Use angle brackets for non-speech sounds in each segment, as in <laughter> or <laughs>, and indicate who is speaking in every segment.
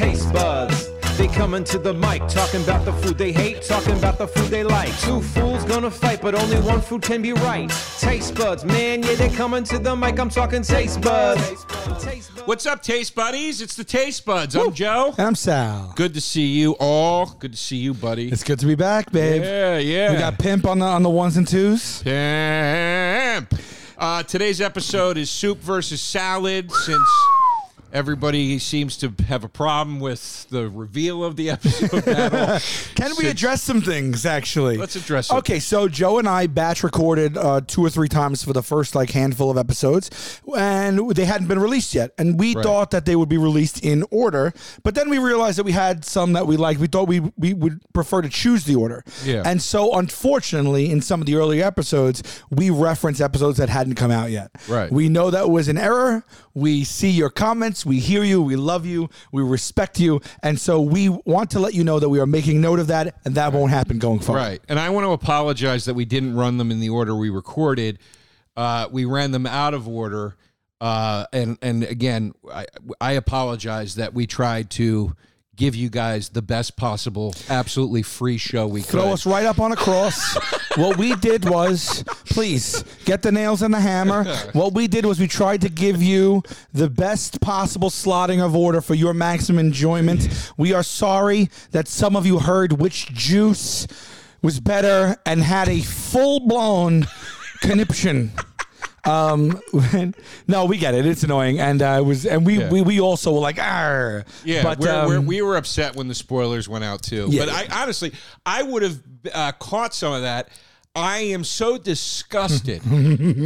Speaker 1: is Buzz. They coming to the mic, talking about the food they hate, talking about the food they like. Two fools gonna fight, but only one food can be right. Taste buds, man, yeah, they coming to the mic. I'm talking taste buds. Taste buds.
Speaker 2: What's up, Taste Buddies? It's the Taste Buds. I'm Joe.
Speaker 3: I'm Sal.
Speaker 2: Good to see you all. Good to see you, buddy.
Speaker 3: It's good to be back, babe.
Speaker 2: Yeah, yeah.
Speaker 3: We got pimp on the on the ones and twos.
Speaker 2: Pimp. Uh, today's episode is soup versus salad. Since everybody seems to have a problem with the reveal of the <laughs> episode battle,
Speaker 3: Can we address some things actually?
Speaker 2: Let's address it.
Speaker 3: Okay, so Joe and I batch recorded uh, two or three times for the first like handful of episodes, and they hadn't been released yet. And we
Speaker 2: Right.
Speaker 3: thought that they would be released in order, but then we realized that we had some that we liked. We thought we we would prefer to choose the order.
Speaker 2: Yeah.
Speaker 3: And so, unfortunately, in some of the earlier episodes, we reference episodes that hadn't come out yet.
Speaker 2: Right.
Speaker 3: We know that was an error. We see your comments. We hear you. We love you. We respect you. And so we want to let you know that we are making note of that and that won't happen going forward.
Speaker 2: Right. And I want to apologize that we didn't run them in the order we recorded. Uh, we ran them out of order. Uh, and and again, I, I apologize that we tried to give you guys the best possible, absolutely free show we
Speaker 3: Throw
Speaker 2: could.
Speaker 3: us right up on
Speaker 2: <laughs>
Speaker 3: a cross. what we did was, please get the nails and the
Speaker 2: <laughs>
Speaker 3: hammer. What we did was we tried to give you the best possible slotting of order for your maximum enjoyment. We are sorry that some of you heard which juice was better and had a full blown conniption. Um, no, we get it. It's annoying, and uh, it was, and we,
Speaker 2: Yeah.
Speaker 3: we we also were like, ah,
Speaker 2: Yeah, we're,
Speaker 3: um,
Speaker 2: we're, we were upset when the spoilers went out too.
Speaker 3: Yeah,
Speaker 2: but I honestly, I would have uh, caught some of that. I am so
Speaker 3: <laughs>
Speaker 2: disgusted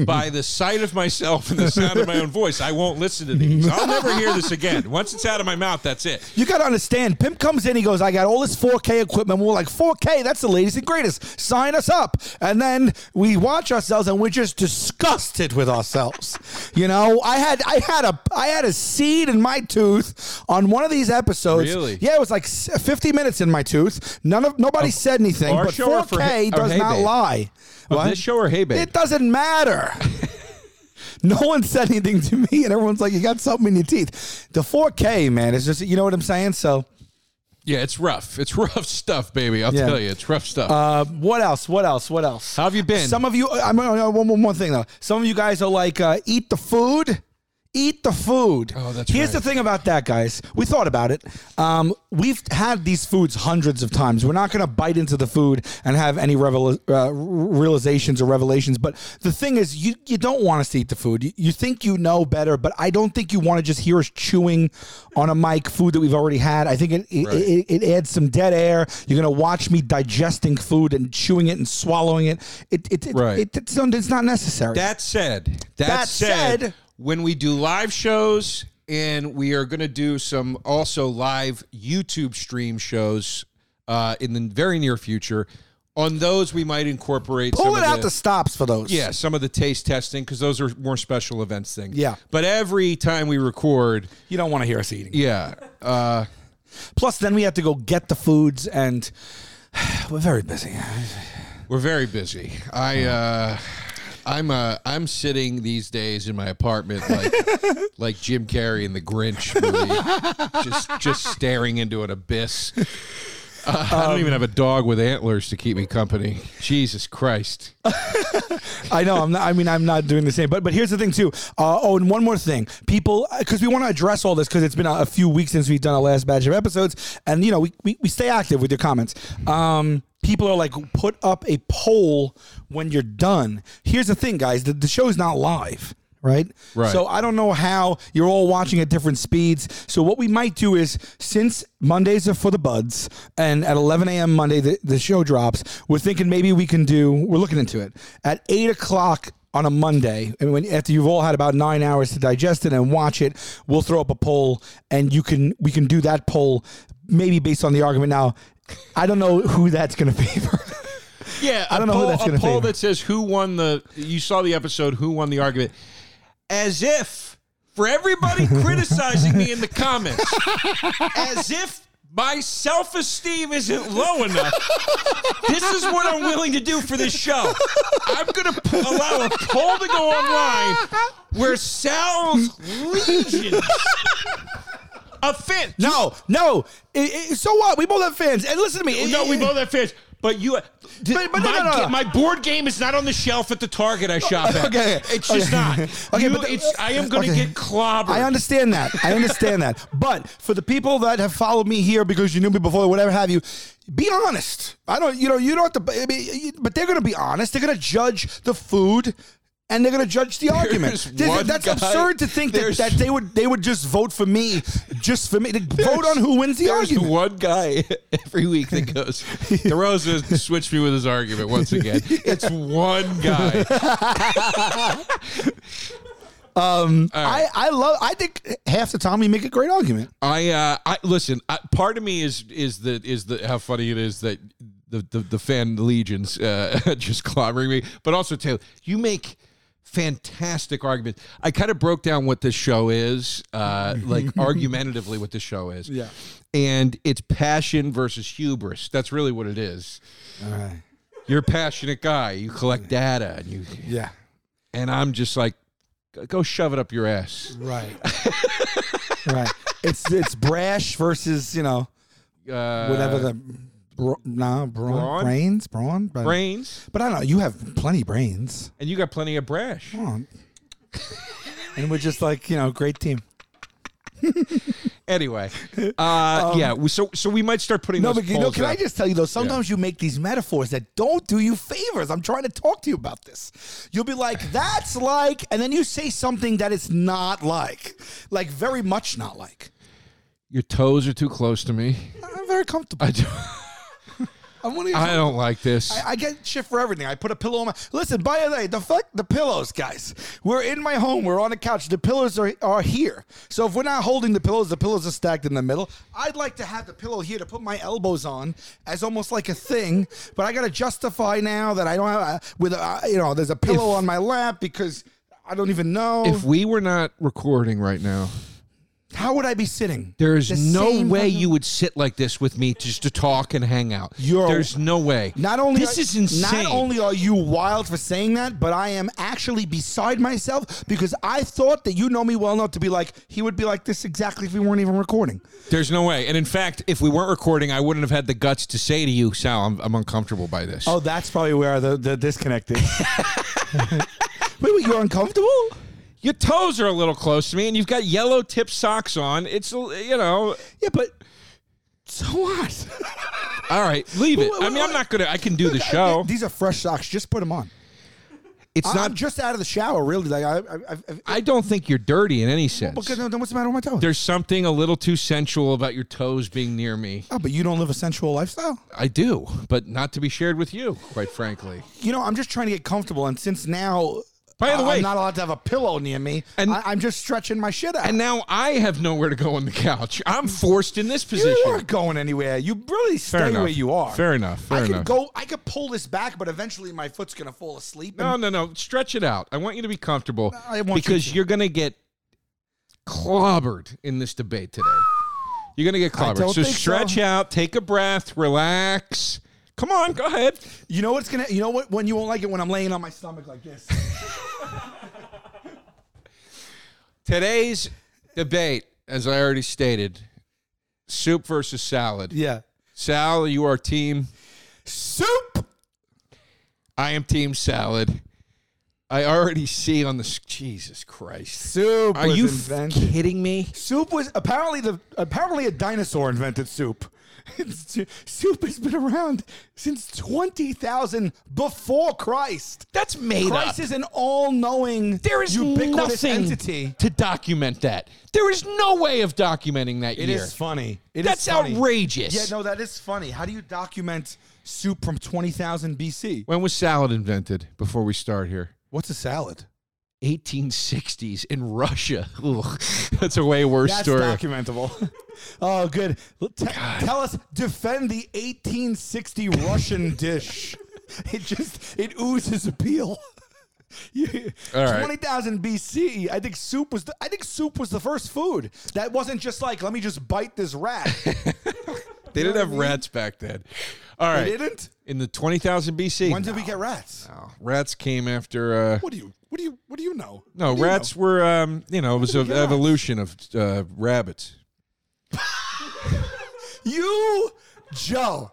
Speaker 2: by the sight of myself and the sound of my own voice. I won't listen to these. I'll never hear this again. Once it's out of my mouth, that's it.
Speaker 3: You got to understand, Pimp comes in, he goes, I got all this 4K equipment. We're like, 4K, that's the latest and greatest. Sign us up. And then we watch ourselves and we're just disgusted with ourselves. You know, I had I had a I had a seed in my tooth on one of these episodes.
Speaker 2: Really?
Speaker 3: Yeah, it was like s- 50 minutes in my tooth. None of nobody said anything,
Speaker 2: our
Speaker 3: but
Speaker 2: show or for
Speaker 3: 4K
Speaker 2: Hey- or
Speaker 3: does
Speaker 2: Hey
Speaker 3: not
Speaker 2: Babe?
Speaker 3: lie.
Speaker 2: Of
Speaker 3: What?
Speaker 2: this show or Hey Babe?
Speaker 3: It doesn't matter. <laughs> No one said anything to me, and everyone's like, "You got something in your teeth." The 4K, man, it's just you know what I'm saying. So,
Speaker 2: Yeah, it's rough. It's <laughs> rough stuff, baby. I'll
Speaker 3: Yeah.
Speaker 2: tell you, it's rough stuff.
Speaker 3: Uh, what else? What else? What else?
Speaker 2: How have you been?
Speaker 3: Some of you, I'm uh, one, one, one thing though. Some of you guys are like, uh, eat the food. Eat the food.
Speaker 2: Oh, that's
Speaker 3: Here's
Speaker 2: right.
Speaker 3: the thing about that, guys. We thought about it. Um, we've had these foods hundreds of times. We're not going to bite into the food and have any revel- uh, realizations or revelations. But the thing is, you, you don't want us to eat the food. You, you think you know better, but I don't think you want to just hear us chewing on a mic food that we've already had. I think it, it,
Speaker 2: Right.
Speaker 3: it, it adds some dead air. You're going to watch me digesting food and chewing it and swallowing it. It, it, it,
Speaker 2: Right.
Speaker 3: it- it's, not- it's not necessary.
Speaker 2: that said, that,
Speaker 3: That
Speaker 2: said,
Speaker 3: said-
Speaker 2: when we do live shows and we are going to do some also live YouTube stream shows uh, in the very near future, on those we might incorporate some
Speaker 3: Pulling
Speaker 2: of
Speaker 3: out the stops for those.
Speaker 2: yeah, some of the taste testing because those are more special events things.
Speaker 3: Yeah.
Speaker 2: but every time we record,
Speaker 3: You don't want to hear us eating.
Speaker 2: yeah, uh,
Speaker 3: Plus, then we have to go get the foods, and <sighs> we're very busy.
Speaker 2: We're very busy. I uh I'm uh I'm sitting these days in my apartment like like Jim Carrey in the Grinch movie. just just staring into an abyss. Uh, I don't even have a dog with antlers to keep me company. Jesus Christ.
Speaker 3: I know. I'm not, I mean, I'm not doing the same. But but here's the thing too. Uh, oh, and one more thing, people, because we want to address all this because it's been a, a few weeks since we've done our last batch of episodes, and you know we we, we stay active with your comments. Um, people are like, put up a poll when you're done. Here's the thing, guys. The, the show's not live. Right?
Speaker 2: Right.
Speaker 3: So I don't know how you're all watching at different speeds. So what we might do is, since Mondays are for the buds, and at 11 a.m. Monday the, the show drops, we're thinking maybe we can do. We're looking into it at eight o'clock on a Monday, and when after you've all had about nine hours to digest it and watch it, we'll throw up a poll, and you can we can do that poll maybe based on the argument. Now, I don't know who that's going <laughs> to favor.
Speaker 2: Yeah, I
Speaker 3: don't know who
Speaker 2: poll,
Speaker 3: that's
Speaker 2: a
Speaker 3: gonna
Speaker 2: poll
Speaker 3: favor.
Speaker 2: that says who won the. You saw the episode. Who won the argument? As if for
Speaker 3: <laughs>
Speaker 2: everybody criticizing me in the comments, as if my self-esteem isn't low enough. This is what I'm willing to do for this show. I'm going to p- allow a poll to
Speaker 3: <laughs>
Speaker 2: go online where Sal's legions a fan.
Speaker 3: No, no. It- it- so what? We both have fans. And listen to me.
Speaker 2: No, we both have fans. But you,
Speaker 3: But- but no,
Speaker 2: my,
Speaker 3: no, no,
Speaker 2: ga-
Speaker 3: no.
Speaker 2: my board game is not on the shelf at the Target I shop at.
Speaker 3: Okay,
Speaker 2: it's
Speaker 3: okay.
Speaker 2: just not.
Speaker 3: <laughs> Okay,
Speaker 2: You-
Speaker 3: but the-
Speaker 2: it's, I am going to
Speaker 3: okay.
Speaker 2: get clobbered.
Speaker 3: I understand that. I understand that. But for the people that have followed me here because you knew me before, whatever have you, be honest. I don't, you know, you don't have to, I mean, you- but they're going to be honest. They're going to judge the food. And they're going to judge the argument.
Speaker 2: There's
Speaker 3: This-
Speaker 2: one
Speaker 3: that's
Speaker 2: guy-
Speaker 3: absurd to think that,
Speaker 2: there's-
Speaker 3: that they would they would just vote for me, just for me. They'd Vote on who wins the
Speaker 2: There's
Speaker 3: argument.
Speaker 2: one guy <laughs> every week that
Speaker 3: <laughs>
Speaker 2: goes, DeRosa switched me with his argument once again. It's one guy.
Speaker 3: I, I love. I think half the time we make a great argument.
Speaker 2: I uh, I listen. I, part of me is is the is the how funny it is that the the, the fan legions uh, <laughs> just clobbering me, but also Taylor, you make fantastic arguments. I kind of broke down what this show is, uh, like argumentatively what this show is.
Speaker 3: Yeah.
Speaker 2: and it's passion versus hubris. That's really what it is.
Speaker 3: All right.
Speaker 2: You're a passionate guy. You collect data, and you
Speaker 3: Yeah.
Speaker 2: and I'm just like, go shove it up your ass.
Speaker 3: Right. <laughs> right. It's it's brash versus you know
Speaker 2: Uh,
Speaker 3: whatever the bro, nah, brawn,
Speaker 2: brawn?
Speaker 3: brains brawn but,
Speaker 2: brains,
Speaker 3: but I don't know you have plenty of brains
Speaker 2: and you got plenty of brash.
Speaker 3: Come on. and we're just like you know great team <laughs>
Speaker 2: Anyway, uh, yeah. we- So so we might start putting
Speaker 3: Um, no
Speaker 2: those
Speaker 3: but you know
Speaker 2: polls
Speaker 3: can I
Speaker 2: up.
Speaker 3: just tell you though sometimes you make these metaphors that don't do you favors I'm trying to talk to you about this you'll be like that's like and then you say something that it's not like like very much not like
Speaker 2: Your toes are too close to me. <laughs>
Speaker 3: I'm very comfortable
Speaker 2: I don't,
Speaker 3: I'm one of your
Speaker 2: I don't like this.
Speaker 3: I, I get shit for everything. I put a pillow on my. Listen, by the way, the fuck the pillows, guys. We're in my home. We're on the couch. The pillows are are here. So if we're not holding the pillows, the pillows are stacked in the middle. I'd like to have the pillow here to put my elbows on as almost like a thing. But I gotta justify now that I don't have uh, with uh, you know there's a pillow on my lap because I don't even know
Speaker 2: if we were not recording right now,
Speaker 3: how would I be sitting.
Speaker 2: there is
Speaker 3: The
Speaker 2: no
Speaker 3: same
Speaker 2: way
Speaker 3: fucking-
Speaker 2: you would sit like this with me just to talk and hang out.
Speaker 3: You're-
Speaker 2: There's no way.
Speaker 3: Not only
Speaker 2: this
Speaker 3: are-
Speaker 2: is insane.
Speaker 3: Not only are you wild for saying that, but I am actually beside myself because I thought that you know me well enough to be like he would be like this exactly if we weren't even recording.
Speaker 2: There's no way. And in fact, if we weren't recording, I wouldn't have had the guts to say to you, Sal, I'm, I'm uncomfortable by this.
Speaker 3: Oh, that's probably where the, the disconnect is. <laughs> Wait, wait, you're uncomfortable?
Speaker 2: Your toes are a little close to me, and you've got yellow tip socks on. It's you know.
Speaker 3: Yeah, but so what?
Speaker 2: All right, leave it.
Speaker 3: Wait, wait,
Speaker 2: I mean, I'm
Speaker 3: wait.
Speaker 2: not gonna. I can do the show.
Speaker 3: <laughs> These are fresh socks. Just put them on.
Speaker 2: It's
Speaker 3: I'm
Speaker 2: not.
Speaker 3: just out of the shower, really. Like I, I, I, I
Speaker 2: I don't think you're dirty in any sense.
Speaker 3: because then what's the matter with my toes?
Speaker 2: There's something a little too sensual about your toes being near me.
Speaker 3: Oh, but you don't live a sensual lifestyle.
Speaker 2: I do, but not to be shared with you, quite frankly.
Speaker 3: you know, I'm just trying to get comfortable. And since now,
Speaker 2: By the
Speaker 3: I-
Speaker 2: way-
Speaker 3: I'm not allowed to have a pillow near me.
Speaker 2: And-
Speaker 3: I, I'm just stretching my shit out.
Speaker 2: And now I have nowhere to go on the couch. I'm forced in this position.
Speaker 3: you aren't going anywhere. You really stay
Speaker 2: enough.
Speaker 3: where you are.
Speaker 2: Fair enough. Fair
Speaker 3: I could
Speaker 2: enough.
Speaker 3: go. I could pull this back, but eventually my foot's gonna fall asleep.
Speaker 2: No, no, no. Stretch it out. I want you to be comfortable
Speaker 3: I want you
Speaker 2: because
Speaker 3: to.
Speaker 2: are going to get clobbered in this debate today. You're going to get clobbered.
Speaker 3: don't
Speaker 2: so
Speaker 3: think
Speaker 2: stretch
Speaker 3: so.
Speaker 2: out, take a breath, relax. Come on, go ahead.
Speaker 3: You know what's gonna. You know what? When you won't like it when I'm laying on my stomach like this.
Speaker 2: <laughs> Today's debate, as I already stated, soup versus salad.
Speaker 3: yeah.
Speaker 2: Sal, you are team.
Speaker 3: Soup.
Speaker 2: I am team salad. I already see on the s- Jesus Christ.
Speaker 3: Soup.
Speaker 2: Are
Speaker 3: was
Speaker 2: you f-
Speaker 3: invented.
Speaker 2: kidding me?
Speaker 3: Soup was apparently the apparently a dinosaur invented soup. <laughs> soup has been around since 20,000 before Christ.
Speaker 2: That's made up.
Speaker 3: Christ is an all-knowing,
Speaker 2: There is
Speaker 3: ubiquitous
Speaker 2: nothing
Speaker 3: entity.
Speaker 2: to document that. There is no way of documenting that
Speaker 3: It is
Speaker 2: year.
Speaker 3: funny. It is
Speaker 2: That's
Speaker 3: funny.
Speaker 2: outrageous.
Speaker 3: Yeah, no, that is funny. How do you document soup from 20,000 BC?
Speaker 2: When was salad invented? Before we start here,
Speaker 3: What's a salad?
Speaker 2: 1860s in Russia. <laughs> Ugh, that's a way worse
Speaker 3: That's
Speaker 2: story.
Speaker 3: documentable. <laughs> oh, good. L- te- tell us, defend the 1860 Russian <laughs> dish. It just it oozes appeal. <laughs> You-
Speaker 2: All right.
Speaker 3: 20,000 BC. I think soup was the, I think soup was the first food. That wasn't just like let me just bite
Speaker 2: <laughs>
Speaker 3: this rat.
Speaker 2: they didn't have rats back then. All
Speaker 3: They
Speaker 2: right,
Speaker 3: didn't.
Speaker 2: in the 20,000 BC.
Speaker 3: When did we get rats?
Speaker 2: No, rats came after. Uh,
Speaker 3: What do you what do you what do you Oh know?
Speaker 2: no,
Speaker 3: What do you
Speaker 2: rats were. Um, you know, it was an
Speaker 3: get rats?
Speaker 2: evolution of uh, rabbits.
Speaker 3: You, Joe,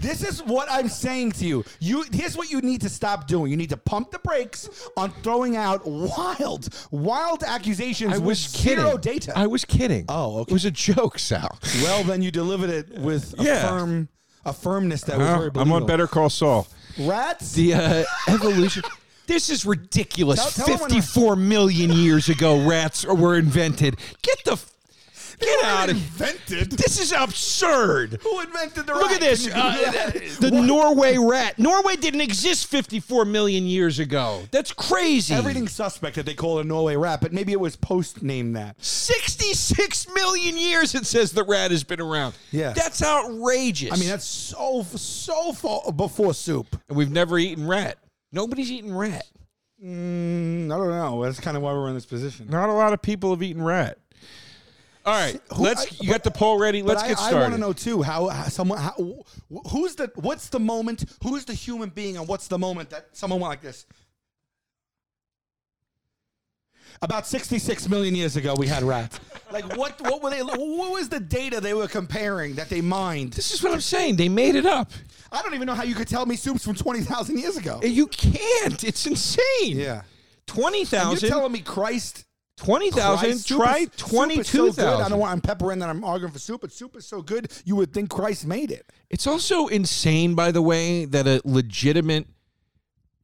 Speaker 3: this is what I'm saying to you. You here's what you need to stop doing. You need to pump the brakes on throwing out wild, wild accusations
Speaker 2: I
Speaker 3: with
Speaker 2: was kidding.
Speaker 3: zero data.
Speaker 2: I was kidding.
Speaker 3: Oh, okay.
Speaker 2: It was a joke, Sal.
Speaker 3: well, then you delivered it with a
Speaker 2: Yeah. Uh-huh.
Speaker 3: firm, a firmness that was very
Speaker 4: Huh? I'm
Speaker 3: believable.
Speaker 4: on Better Call Saul.
Speaker 3: Rats.
Speaker 2: The uh,
Speaker 3: <laughs>
Speaker 2: evolution. This is ridiculous.
Speaker 3: Tell- tell 'em when I-
Speaker 2: Fifty-four million years ago, rats were invented. Get the f- get out of
Speaker 3: invented.
Speaker 2: This is absurd.
Speaker 3: Who invented the
Speaker 2: Look
Speaker 3: rat?
Speaker 2: at this.
Speaker 3: <laughs> Can you do
Speaker 2: Uh,
Speaker 3: that?
Speaker 2: the Norway rat. Norway didn't exist 54 million years ago. That's crazy.
Speaker 3: Everything suspect that they call it a Norway rat, but maybe it was post named that.
Speaker 2: 66 million years it says the rat has been around.
Speaker 3: Yeah.
Speaker 2: That's outrageous.
Speaker 3: I mean, that's so so far before soup.
Speaker 4: And we've never eaten rat.
Speaker 2: nobody's eating rat.
Speaker 3: Mm, I don't know. That's kind of why we're in this position.
Speaker 4: Not a lot of people have eaten rat. All right,
Speaker 3: who-
Speaker 4: let's.
Speaker 3: I-
Speaker 4: you got the poll ready. Let's
Speaker 3: but
Speaker 4: get
Speaker 3: I,
Speaker 4: started.
Speaker 3: I want to know too how, how someone how, wh- who's the what's the moment who's the human being and what's the moment that someone went like this. About 66 million years ago, we had rats. like what? What were they? What was the data they were comparing that they mined?
Speaker 2: This is what I'm saying. They made it up.
Speaker 3: I don't even know how you could tell me soups from 20,000 years ago.
Speaker 2: You can't. It's insane.
Speaker 3: Yeah, and you're
Speaker 2: 20,000.
Speaker 3: telling me Christ
Speaker 2: 20,000.
Speaker 3: Christ, soup is-
Speaker 2: Try
Speaker 3: soup is so good. I
Speaker 2: 22,000.
Speaker 3: don't want I'm peppering that I'm arguing for soup, but soup is so good you would think Christ made it.
Speaker 2: It's also insane, by the way, that a legitimate,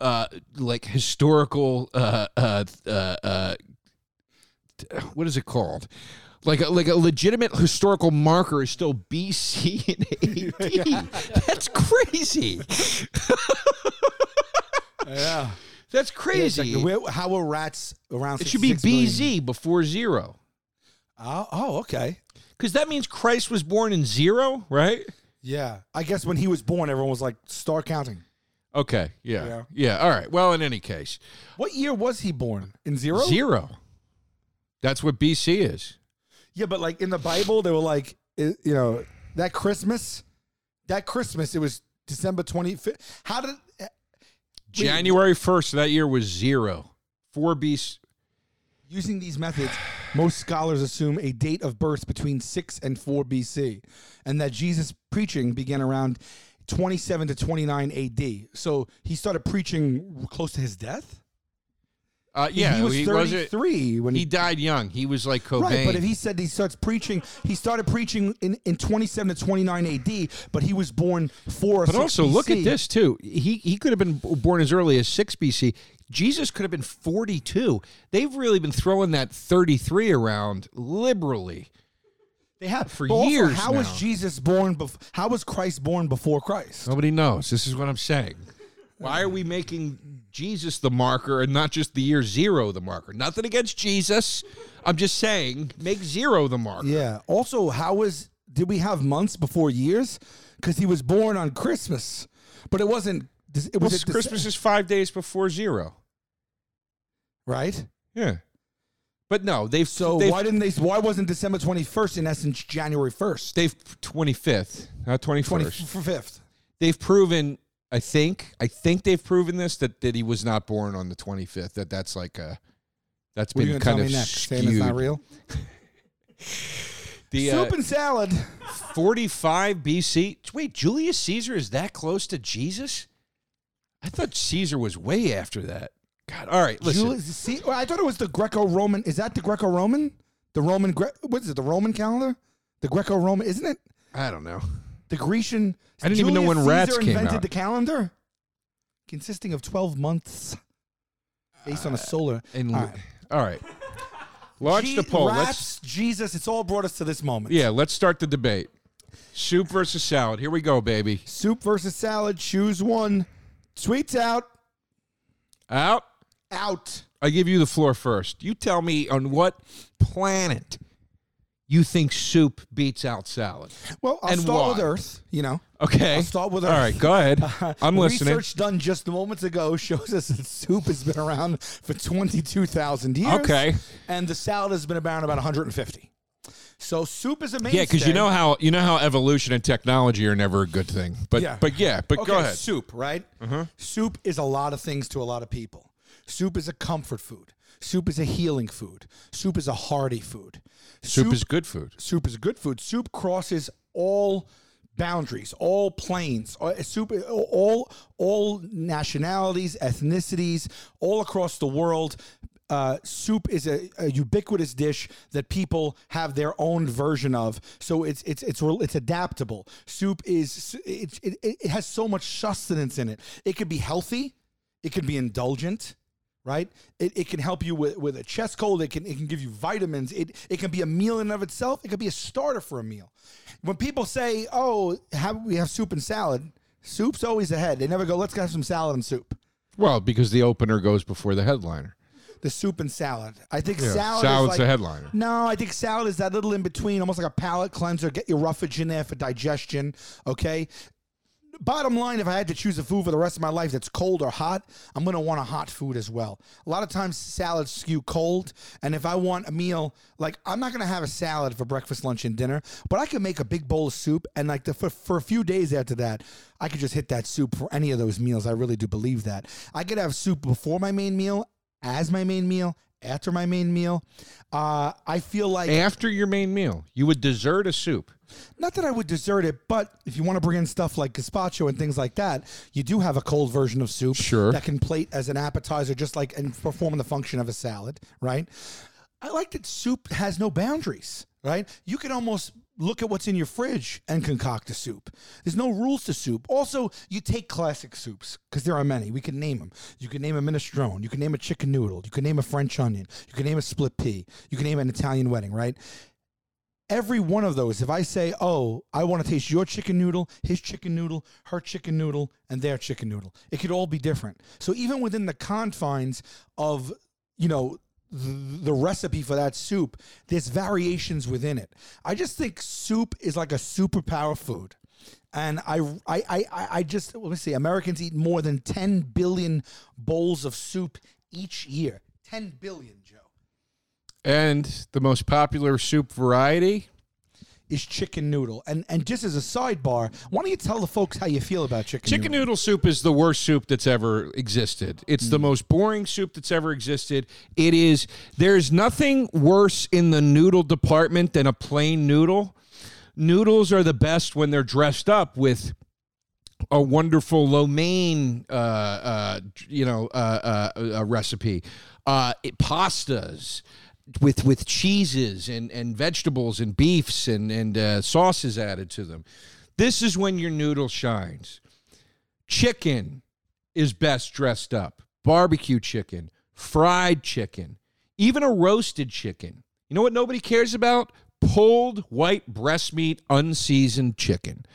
Speaker 2: uh, like historical, uh, uh, uh, uh, what is it called? Like a, like a legitimate historical marker is still BC
Speaker 3: <laughs>
Speaker 2: and AD. That's crazy.
Speaker 3: Yeah,
Speaker 2: That's crazy.
Speaker 3: Where, how were rats around?
Speaker 2: it should be
Speaker 3: 66 million?
Speaker 2: BZ before zero.
Speaker 3: Oh, oh, okay.
Speaker 2: Because that means Christ was born in zero, right?
Speaker 3: Yeah, I guess when he was born, everyone was like, start counting.
Speaker 4: Okay. Yeah.
Speaker 3: Yeah.
Speaker 4: yeah. All right. Well, in any case,
Speaker 3: What year was he born? In zero?
Speaker 2: Zero.
Speaker 4: that's what BC is.
Speaker 3: Yeah, but like in the Bible, they were like, i- you know, that Christmas, that Christmas, it was December 25th. How did? eh,
Speaker 4: January 1st of that year was zero. 4 BC.
Speaker 3: Using these methods, most scholars assume a date of birth between 6 and 4 BC, and that Jesus' preaching began around 27 to 29 AD. So he started preaching close to his death?
Speaker 4: Uh, yeah,
Speaker 3: he was
Speaker 4: not
Speaker 3: 33 when
Speaker 4: He died young. He was like Cobain.
Speaker 3: Right, but if he said he starts preaching, he started preaching in, in 27 to 29 AD, but he was born 4 or
Speaker 2: But
Speaker 3: 6
Speaker 2: also, look at
Speaker 3: BC.
Speaker 2: this too. He he could have been b- born as early as six BC. Jesus could have been forty two. They've really been throwing that thirty three around liberally.
Speaker 3: They have
Speaker 2: for
Speaker 3: but also,
Speaker 2: years
Speaker 3: How was
Speaker 2: now.
Speaker 3: Jesus born? Bef- how was Christ born before Christ?
Speaker 4: Nobody knows. This is what I'm saying.
Speaker 2: Why are we making Jesus the marker and not just the year zero the marker? Nothing against Jesus. I'm just saying, make zero the marker.
Speaker 3: Yeah. Also, how was did we have months before years? Because he was born on Christmas, but it wasn't. It was
Speaker 4: Well,
Speaker 3: it Dece-
Speaker 4: Christmas is five days before zero.
Speaker 3: right?
Speaker 4: Yeah. But no, they've
Speaker 3: So
Speaker 4: they've,
Speaker 3: why didn't they? Why wasn't December twenty first in essence January first,
Speaker 4: they've 25th, not 21st.
Speaker 3: twenty fifth?
Speaker 4: They've proven, I think, I think they've proven this that that he was not born on the 25th. That that's like a that's
Speaker 3: What are you
Speaker 4: been
Speaker 3: going to tell
Speaker 4: kind of
Speaker 3: me next? Saying it's
Speaker 4: skewed.
Speaker 3: not real.
Speaker 4: The uh,
Speaker 3: Soup and salad.
Speaker 4: 45 BC.
Speaker 2: Wait, Julius Caesar is that close to Jesus? I thought Caesar was way after that. God. All right. Listen.
Speaker 3: Julius, see, well, I thought it was the Greco-Roman. Is that the Greco-Roman? The Roman. Gre- what is it? The Roman calendar? The Greco-Roman, isn't it?
Speaker 2: I don't know.
Speaker 3: The Grecian.
Speaker 4: I didn't even know when
Speaker 3: Caesar
Speaker 4: rats came
Speaker 3: invented
Speaker 4: out.
Speaker 3: the calendar, consisting of twelve months, based
Speaker 4: Uh,
Speaker 3: on a solar. Uh,
Speaker 4: And
Speaker 3: All
Speaker 4: all right.
Speaker 3: right.
Speaker 4: Launch
Speaker 3: Je-
Speaker 4: the poll. Let's
Speaker 3: Rats, Jesus, it's all brought us to this moment.
Speaker 4: Yeah, let's start the debate. Soup versus salad. Here we go, baby.
Speaker 3: Soup versus salad. Choose one. Tweets out.
Speaker 4: Out.
Speaker 3: Out.
Speaker 4: I give you the floor first.
Speaker 2: You tell me on what planet you think soup beats out salad.
Speaker 3: Well, I'll
Speaker 2: And
Speaker 3: start
Speaker 2: why?
Speaker 3: with Earth. You know.
Speaker 4: Okay.
Speaker 3: I'll start with
Speaker 4: All right, go
Speaker 3: <laughs>
Speaker 4: ahead. I'm listening.
Speaker 3: Research done just moments ago shows us that soup has been around for 22,000 years.
Speaker 4: Okay.
Speaker 3: And the salad has been around about 150. So soup is a mainstay.
Speaker 4: Yeah, because you know how you know how evolution and technology are never a good thing. But
Speaker 3: Yeah.
Speaker 4: but yeah, but
Speaker 3: Okay,
Speaker 4: go ahead. Mm-hmm.
Speaker 3: Soup, right? Soup is a lot of things to a lot of people. Soup is a comfort food. Soup is a healing food. Soup is a hearty food.
Speaker 2: Soup, is good food.
Speaker 3: soup is good food. Soup crosses all boundaries, all planes, all- soup, all all nationalities, ethnicities, all across the world. Uh, soup is a, a ubiquitous dish that people have their own version of, so it's it's it's rel- it's adaptable. Soup is it, it, it has so much sustenance in it. It could be healthy, it could be indulgent right? It, it can help you with, with a chest cold. It can it can give you vitamins. It it can be a meal in and of itself. It could be a starter for a meal. When people say, "Oh, have, we have soup and salad," soup's always ahead. They never go, "Let's have some salad and soup."
Speaker 2: Well, because the opener goes before the headliner.
Speaker 3: The soup and salad. I think salad
Speaker 2: Salad's
Speaker 3: is like,
Speaker 2: the headliner.
Speaker 3: No, I think salad is that little in between, almost like a palate cleanser. Get your roughage in there for digestion. Okay. Bottom line, if I had to choose a food for the rest of my life that's cold or hot, I'm gonna want a hot food as well. A lot of times salads skew cold, and if I want a meal, like I'm not gonna have a salad for breakfast, lunch, and dinner, but I can make a big bowl of soup, and like the, for for a few days after that, I could just hit that soup for any of those meals. I really do believe that. I could have soup before my main meal, as my main meal, after my main meal. Uh, I feel like
Speaker 2: After your main meal, you would dessert a soup.
Speaker 3: not that I would desert it, but if you want to bring in stuff like gazpacho and things like that, you do have a cold version of soup
Speaker 2: Sure.
Speaker 3: that can plate as an appetizer, just like and perform the function of a salad, right? I like that soup has no boundaries, right? You can almost look at what's in your fridge and concoct a soup. There's no rules to soup. Also, you take classic soups because there are many. We can name them. You can name a minestrone. You can name a chicken noodle. You can name a French onion. You can name a split pea. You can name an Italian wedding, right? every one of those, if I say, oh, I want to taste your chicken noodle, his chicken noodle, her chicken noodle, and their chicken noodle, it could all be different. So even within the confines of, you know, th- the recipe for that soup, there's variations within it. I just think soup is like a superpower food. And I, I, I, I- I just, let me see, Americans eat more than 10 billion bowls of soup each year. 10 billion, Joe,
Speaker 2: And the most popular soup variety,
Speaker 3: is chicken noodle. And and just as a sidebar, why don't you tell the folks how you feel about chicken,
Speaker 2: Chicken
Speaker 3: noodle?
Speaker 2: noodle soup is the worst soup that's ever existed. It's the most boring soup that's ever existed. It is, there's nothing worse in the noodle department than a plain noodle. Noodles are the best when they're dressed up with a wonderful lo mein, uh, uh, you know, uh, uh, uh, recipe, uh, it- pastas with with cheeses and and vegetables and beefs and and uh, sauces added to them. This is when your noodle shines. Chicken is best dressed up. Barbecue chicken, fried chicken, even a roasted chicken. You know what nobody cares about? Pulled white breast meat, unseasoned chicken.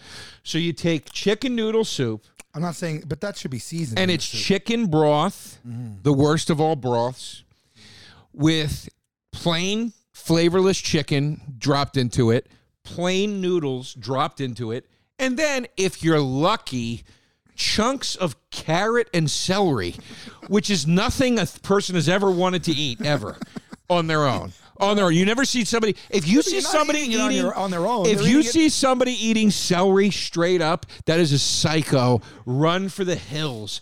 Speaker 2: So you take chicken noodle soup
Speaker 3: I'm not saying, but that should be seasoned.
Speaker 2: and
Speaker 3: in
Speaker 2: it's
Speaker 3: the soup.
Speaker 2: chicken broth, the worst of all broths, with plain flavorless chicken dropped into it, plain noodles dropped into it, and then if you're lucky, chunks of carrot and celery, which is nothing a th- person has ever wanted to eat ever
Speaker 3: <laughs>
Speaker 2: on their own. On their own, you never see somebody. If you see
Speaker 3: you're not
Speaker 2: somebody
Speaker 3: eating
Speaker 2: eating
Speaker 3: it on your- on their own,
Speaker 2: if
Speaker 3: they're
Speaker 2: you
Speaker 3: eating it-
Speaker 2: see see somebody eating celery straight up, that is a psycho. Run for the hills.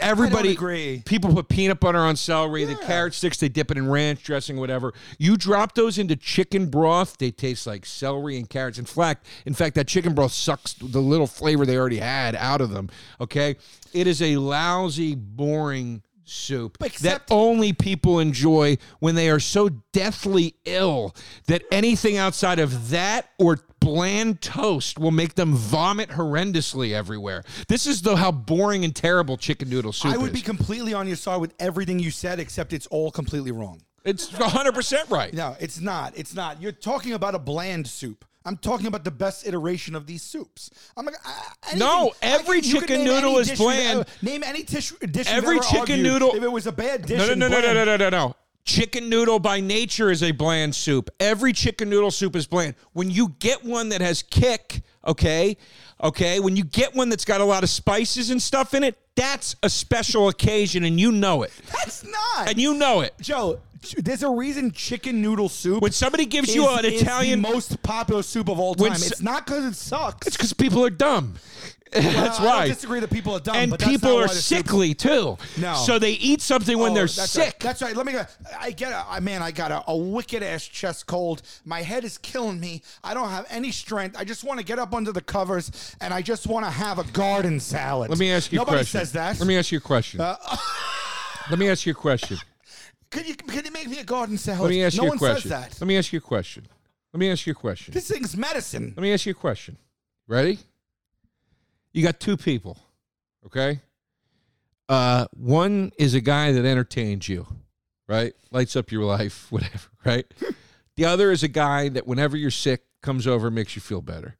Speaker 2: Everybody,
Speaker 3: agree.
Speaker 2: people put peanut butter on celery, the carrot sticks, they dip it in ranch dressing, whatever. You drop those into chicken broth, they taste like celery and carrots. In fact, in fact, that chicken broth sucks the little flavor they already had out of them. Okay, it is a lousy, boring soup
Speaker 3: Except-
Speaker 2: that only people enjoy when they are so deathly ill that anything outside of that or bland toast will make them vomit horrendously everywhere. This is though how boring and terrible chicken noodle soup
Speaker 3: I would
Speaker 2: is.
Speaker 3: be completely on your side with everything you said, except it's all completely wrong.
Speaker 2: it's 100% right.
Speaker 3: No, it's not. It's not. You're talking about a bland soup. I'm talking about the best iteration of these soups. I'm like, I- I-
Speaker 2: No,
Speaker 3: anything- I
Speaker 2: every
Speaker 3: can- you can
Speaker 2: chicken
Speaker 3: name
Speaker 2: noodle
Speaker 3: any
Speaker 2: is
Speaker 3: dish you've
Speaker 2: bland.
Speaker 3: ever- Name any tish, dish. you've
Speaker 2: Every
Speaker 3: ever
Speaker 2: chicken
Speaker 3: argued.
Speaker 2: noodle-
Speaker 3: If it was a bad dish,
Speaker 2: No, no,
Speaker 3: and
Speaker 2: no, no, no,
Speaker 3: bland,
Speaker 2: no, no, no, no. Chicken noodle by nature is a bland soup. Every chicken noodle soup is bland. When you get one that has kick, okay, okay, when you get one that's got a lot of spices and stuff in it, that's a special occasion and you know it.
Speaker 3: That's not.
Speaker 2: And you know it.
Speaker 3: Joe, There's a reason chicken noodle soup.
Speaker 4: When somebody gives you
Speaker 3: is-
Speaker 4: an
Speaker 3: is
Speaker 4: Italian,
Speaker 3: the most popular soup of all
Speaker 4: When
Speaker 3: time.
Speaker 4: s-
Speaker 3: it's not because it
Speaker 2: <laughs>
Speaker 3: sucks. Uh,
Speaker 2: It's because people are dumb. that's
Speaker 3: I don't
Speaker 2: why.
Speaker 3: disagree that people are dumb,
Speaker 4: and
Speaker 3: but that's not
Speaker 4: people
Speaker 3: why
Speaker 4: are
Speaker 3: the soup-
Speaker 4: sickly too.
Speaker 3: No.
Speaker 4: so they eat something when
Speaker 3: Oh,
Speaker 4: they're
Speaker 3: that's
Speaker 4: sick.
Speaker 3: Right. That's right. Let me go. I get a I- man. I got a, a wicked ass chest cold. My head is killing me. I don't have any strength. I just want to get up under the covers and I just want to have a garden salad.
Speaker 2: Let me ask you
Speaker 3: Nobody
Speaker 2: a question.
Speaker 3: says that. Uh,
Speaker 2: Let me ask you a question. Let me ask you a
Speaker 3: <laughs>
Speaker 2: question.
Speaker 3: Can you can you make me a garden salad?
Speaker 2: Let me ask
Speaker 3: no
Speaker 2: you a
Speaker 3: one
Speaker 2: question.
Speaker 3: says that.
Speaker 2: Let me ask you a question. Let me ask you a question.
Speaker 3: This thing's medicine.
Speaker 2: Let me ask you a question. Ready? You got two people, okay? Uh, one is a guy that entertains you, right? Lights up your life, <laughs> whatever, right? the other is a guy that whenever you're sick comes over, and makes you feel better.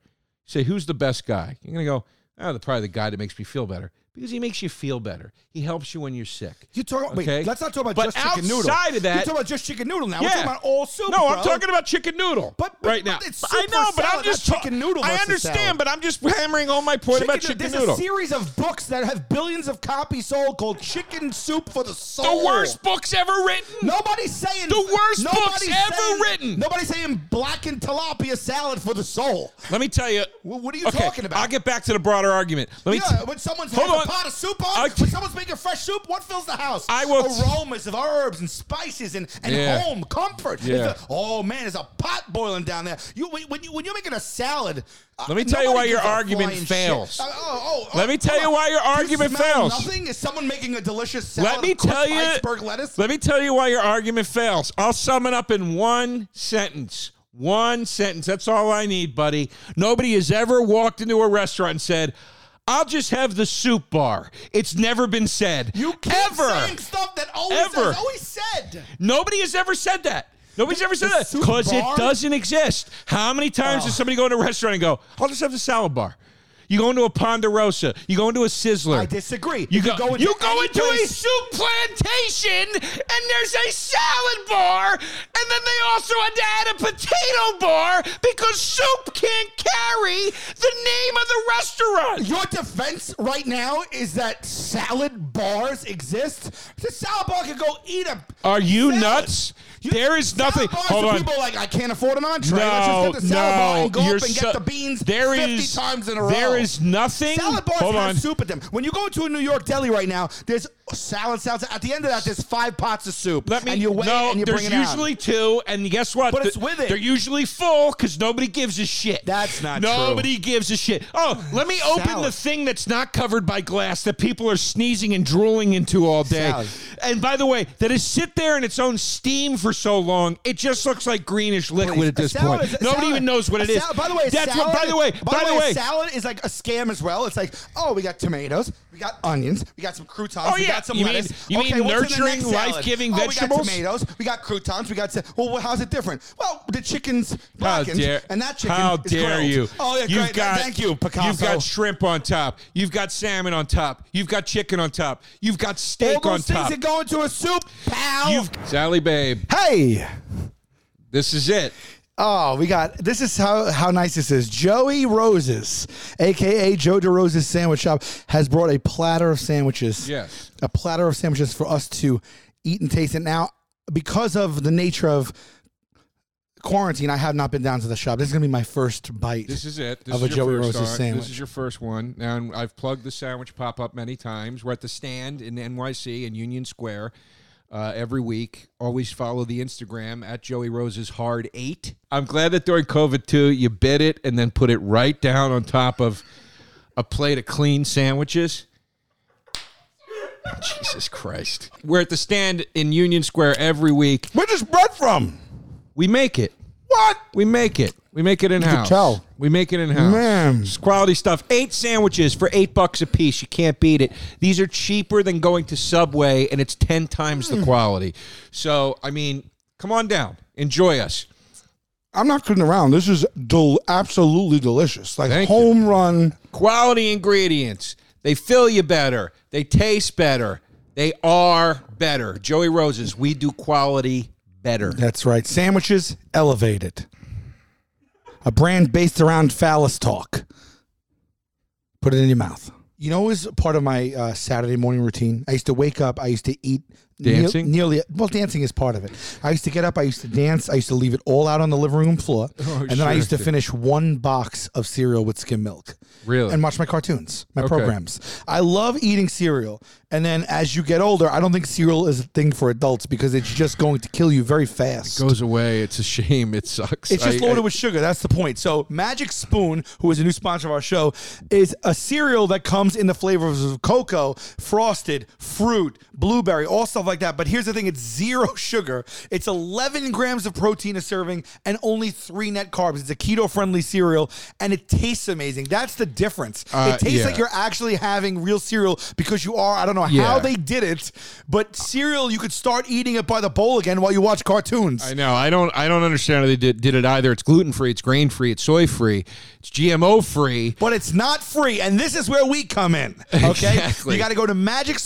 Speaker 2: say, who's the best guy? You're gonna go, oh, the probably the guy that makes me feel better because he makes you feel better. He helps you when you're sick.
Speaker 3: You talk.
Speaker 2: Okay.
Speaker 3: Wait. Let's not talk about
Speaker 4: But
Speaker 3: just chicken noodle.
Speaker 4: outside of that-
Speaker 3: you talking about just chicken noodle now. We're
Speaker 4: Yeah.
Speaker 3: talking about all soup.
Speaker 4: No, I'm
Speaker 3: bro.
Speaker 4: talking about chicken noodle.
Speaker 3: But- but-
Speaker 4: right now,
Speaker 3: but it's
Speaker 4: I
Speaker 3: soup
Speaker 4: know,
Speaker 3: versus
Speaker 4: but I'm
Speaker 3: salad,
Speaker 4: just
Speaker 3: not
Speaker 4: ta-
Speaker 3: chicken noodle
Speaker 4: I
Speaker 3: versus
Speaker 4: understand,
Speaker 3: salad.
Speaker 4: but I'm just hammering on my point about
Speaker 3: Chicken
Speaker 4: chicken
Speaker 3: noodle-
Speaker 4: noodle.
Speaker 3: There's a series of books that have billions of copies sold called Chicken Soup for the Soul.
Speaker 4: the worst books ever written.
Speaker 3: Nobody's saying
Speaker 4: The worst
Speaker 3: nobody's
Speaker 4: books ever
Speaker 3: saying-
Speaker 4: written.
Speaker 3: Nobody's saying blackened tilapia salad for the soul.
Speaker 4: Let me tell you.
Speaker 3: Wh- What are you talking about?
Speaker 4: I'll get back to the broader argument. Let me.
Speaker 3: yeah,
Speaker 4: t-
Speaker 3: when someone's
Speaker 4: Hold
Speaker 3: having a
Speaker 4: on.
Speaker 3: pot of soup on,
Speaker 4: I-
Speaker 3: when someone's making fresh soup, what fills the house?
Speaker 4: I will t-
Speaker 3: Aromas of herbs and spices and, and
Speaker 2: Yeah.
Speaker 3: home comfort.
Speaker 2: Yeah.
Speaker 3: If the- oh man, there's a pot boiling down there. You when, when you when you're making a salad. uh,
Speaker 4: Let me tell you
Speaker 3: nobody
Speaker 4: why your
Speaker 3: gives a
Speaker 4: argument
Speaker 3: flying shit.
Speaker 4: fails.
Speaker 3: Uh, oh, oh, oh,
Speaker 4: Let me tell
Speaker 3: hold
Speaker 4: you
Speaker 3: on.
Speaker 4: why your
Speaker 3: Do you
Speaker 4: argument
Speaker 3: smell
Speaker 4: fails.
Speaker 3: Nothing is someone making a delicious salad.
Speaker 4: let me
Speaker 3: of crushed
Speaker 4: tell you.
Speaker 3: iceberg lettuce.
Speaker 4: Let me tell you why your argument fails. I'll sum it up in one sentence. One sentence. That's all I need, buddy. Nobody has ever walked into a restaurant and said. I'll just have the soup bar. It's never been said.
Speaker 3: you keep
Speaker 4: ever.
Speaker 3: saying stuff that always
Speaker 4: Ever.
Speaker 3: is always said.
Speaker 4: Nobody has ever said that. Nobody's ever said
Speaker 3: the
Speaker 4: that
Speaker 3: soup
Speaker 4: because it
Speaker 3: bar? Oh.
Speaker 4: doesn't exist. How many times does somebody go into a restaurant and go, "I'll just have the salad bar"? You go into a Ponderosa. You go into a Sizzler.
Speaker 3: I disagree.
Speaker 4: You,
Speaker 3: You
Speaker 4: go,
Speaker 3: could go into
Speaker 4: you go
Speaker 3: any
Speaker 4: into a
Speaker 3: place-
Speaker 4: soup plantation, and there's a salad bar, and then they also had to add a potato bar because soup can't carry the name of the restaurant.
Speaker 3: Your defense right now is that salad bars exist. The salad bar could go eat a.
Speaker 4: Are you
Speaker 3: salad.
Speaker 4: nuts?
Speaker 3: You-
Speaker 4: Uh, there is
Speaker 3: salad
Speaker 4: nothing.
Speaker 3: Bars
Speaker 4: Hold
Speaker 3: for
Speaker 4: on.
Speaker 3: People are like I can't afford an entree. Let's just get the salad bar and go
Speaker 4: you're
Speaker 3: up and
Speaker 4: so-
Speaker 3: get the beans
Speaker 4: there
Speaker 3: fifty
Speaker 4: is-
Speaker 3: times in a row.
Speaker 4: There is nothing.
Speaker 3: Salad bars
Speaker 4: Hold
Speaker 3: have
Speaker 4: on.
Speaker 3: soup at them. When you go into a New York deli right now, there's salad, salad. At the end of that, there's five pots of soup.
Speaker 4: Let me.
Speaker 3: and you weigh
Speaker 4: no,
Speaker 3: it and you
Speaker 4: there's
Speaker 3: bring it out.
Speaker 4: usually two, and guess what?
Speaker 3: But
Speaker 4: The-
Speaker 3: it's with it.
Speaker 4: They're usually full because nobody gives a shit.
Speaker 3: That's not true.
Speaker 4: Nobody gives a shit. Oh, let me open
Speaker 3: Salad.
Speaker 4: the thing that's not covered by glass that people are sneezing and drooling into all day.
Speaker 3: Salad.
Speaker 4: And by the way, that is sit there in its own steam for so long, it just looks like greenish liquid at
Speaker 3: A
Speaker 4: this
Speaker 3: salad
Speaker 4: point.
Speaker 3: is- a
Speaker 4: Nobody
Speaker 3: salad-
Speaker 4: even knows what
Speaker 3: a
Speaker 4: it is.
Speaker 3: sal- by the way, a
Speaker 4: that's
Speaker 3: salad,
Speaker 4: what. By the way,
Speaker 3: by, the way, a salad is like a scam as well. It's like, oh, we got tomatoes, we got onions, we got some croutons,
Speaker 4: Oh,
Speaker 3: we
Speaker 4: yeah.
Speaker 3: got some
Speaker 4: You mean-
Speaker 3: lettuce.
Speaker 4: you mean
Speaker 3: okay, what's in the
Speaker 4: nurturing,
Speaker 3: next salad?
Speaker 4: life-giving
Speaker 3: oh,
Speaker 4: vegetables?
Speaker 3: We got tomatoes, we got croutons, we got. Sa- well, well, how's it different? Well, the chicken's
Speaker 4: How
Speaker 3: blackened,
Speaker 4: dare,
Speaker 3: and that chicken
Speaker 4: how
Speaker 3: is
Speaker 4: dare
Speaker 3: grilled.
Speaker 4: you?
Speaker 3: Oh, yeah,
Speaker 4: You've
Speaker 3: great.
Speaker 4: got-
Speaker 3: Thank you, Picasso.
Speaker 4: You've got shrimp on top. You've got salmon on top. You've got chicken on top. You've got
Speaker 3: all
Speaker 4: steak
Speaker 3: those
Speaker 4: on
Speaker 3: things
Speaker 4: top.
Speaker 3: that go into a soup, pal.
Speaker 4: You've
Speaker 2: Sally, babe,
Speaker 3: hey.
Speaker 2: this is it.
Speaker 3: Oh, we got this is how how nice this is. Joey Roses, aka Joe DeRose's sandwich shop, has brought a platter of sandwiches.
Speaker 2: Yes.
Speaker 3: A platter of sandwiches for us to eat and taste. And now, because of the nature of quarantine, I have not been down to the shop. This is gonna be my first bite.
Speaker 2: This is it. This
Speaker 3: Of
Speaker 2: is
Speaker 3: a
Speaker 2: your
Speaker 3: Joey
Speaker 2: first
Speaker 3: Rose's
Speaker 2: ar-
Speaker 3: sandwich.
Speaker 2: This is your first one. And I've plugged the sandwich pop up many times. We're at the stand in NYC in Union Square uh, every week. Always follow the Instagram at Joey Rose's Hard Eight. I'm glad that during COVID too, you bit it and then put it right down on top of a plate of clean sandwiches. Jesus Christ. We're at the stand in Union Square every week.
Speaker 3: Where's this bread from?
Speaker 2: We make it.
Speaker 3: What?
Speaker 2: We make it. We make it in house.
Speaker 3: tell.
Speaker 2: We make it in house.
Speaker 3: Man.
Speaker 2: It's quality stuff. Eight sandwiches for eight bucks a piece. You can't beat it. These are cheaper than going to Subway, and it's ten times the quality. So I mean, come on down. Enjoy us.
Speaker 3: I'm not kidding around. This is del- absolutely delicious. Like
Speaker 2: Thank you.
Speaker 3: home run.
Speaker 2: Quality ingredients. They fill you better. They taste better. They are better. Joey Rose's. We do quality better.
Speaker 3: That's right. Sandwiches elevated. A brand based around phallus talk. Put it in your mouth. You know, it was part of my uh, Saturday morning routine. I used to wake up. I used to eat
Speaker 2: Dancing?
Speaker 3: Kneel- nearly. Well, dancing is part of it. I used to get up. I used to dance. I used to leave it all out on the living room <laughs> floor, and then I
Speaker 2: sure.
Speaker 3: used to finish one box of cereal with skim milk.
Speaker 2: Really?
Speaker 3: And watch my cartoons, my programs. I love eating cereal, and then as you get older, I don't think cereal is a thing for adults because it's just going to kill you very fast.
Speaker 2: goes away. It's a shame. It sucks.
Speaker 3: It's just
Speaker 2: I-
Speaker 3: loaded
Speaker 2: I-
Speaker 3: with sugar. That's the point. So Magic Spoon, who is a new sponsor of our show, is a cereal that comes in the flavors of cocoa, frosted, fruit, blueberry, all stuff like that. But here's the thing: it's zero <laughs> sugar. It's 11 grams of protein a serving and only three net carbs. It's a keto-friendly cereal, and it tastes amazing. That's the difference.
Speaker 2: Uh,
Speaker 3: it tastes
Speaker 2: yeah.
Speaker 3: like you're actually having real cereal because you are. I don't know how
Speaker 2: Yeah.
Speaker 3: they did it, but cereal you could start eating it by the bowl again while you watch cartoons.
Speaker 2: I know. I don't. I don't understand how they did, did it either. It's gluten free. It's grain free. It's soy free. It's GMO free.
Speaker 3: but it's not free. And this is where we come in. Okay.
Speaker 2: Exactly.
Speaker 3: You got to go to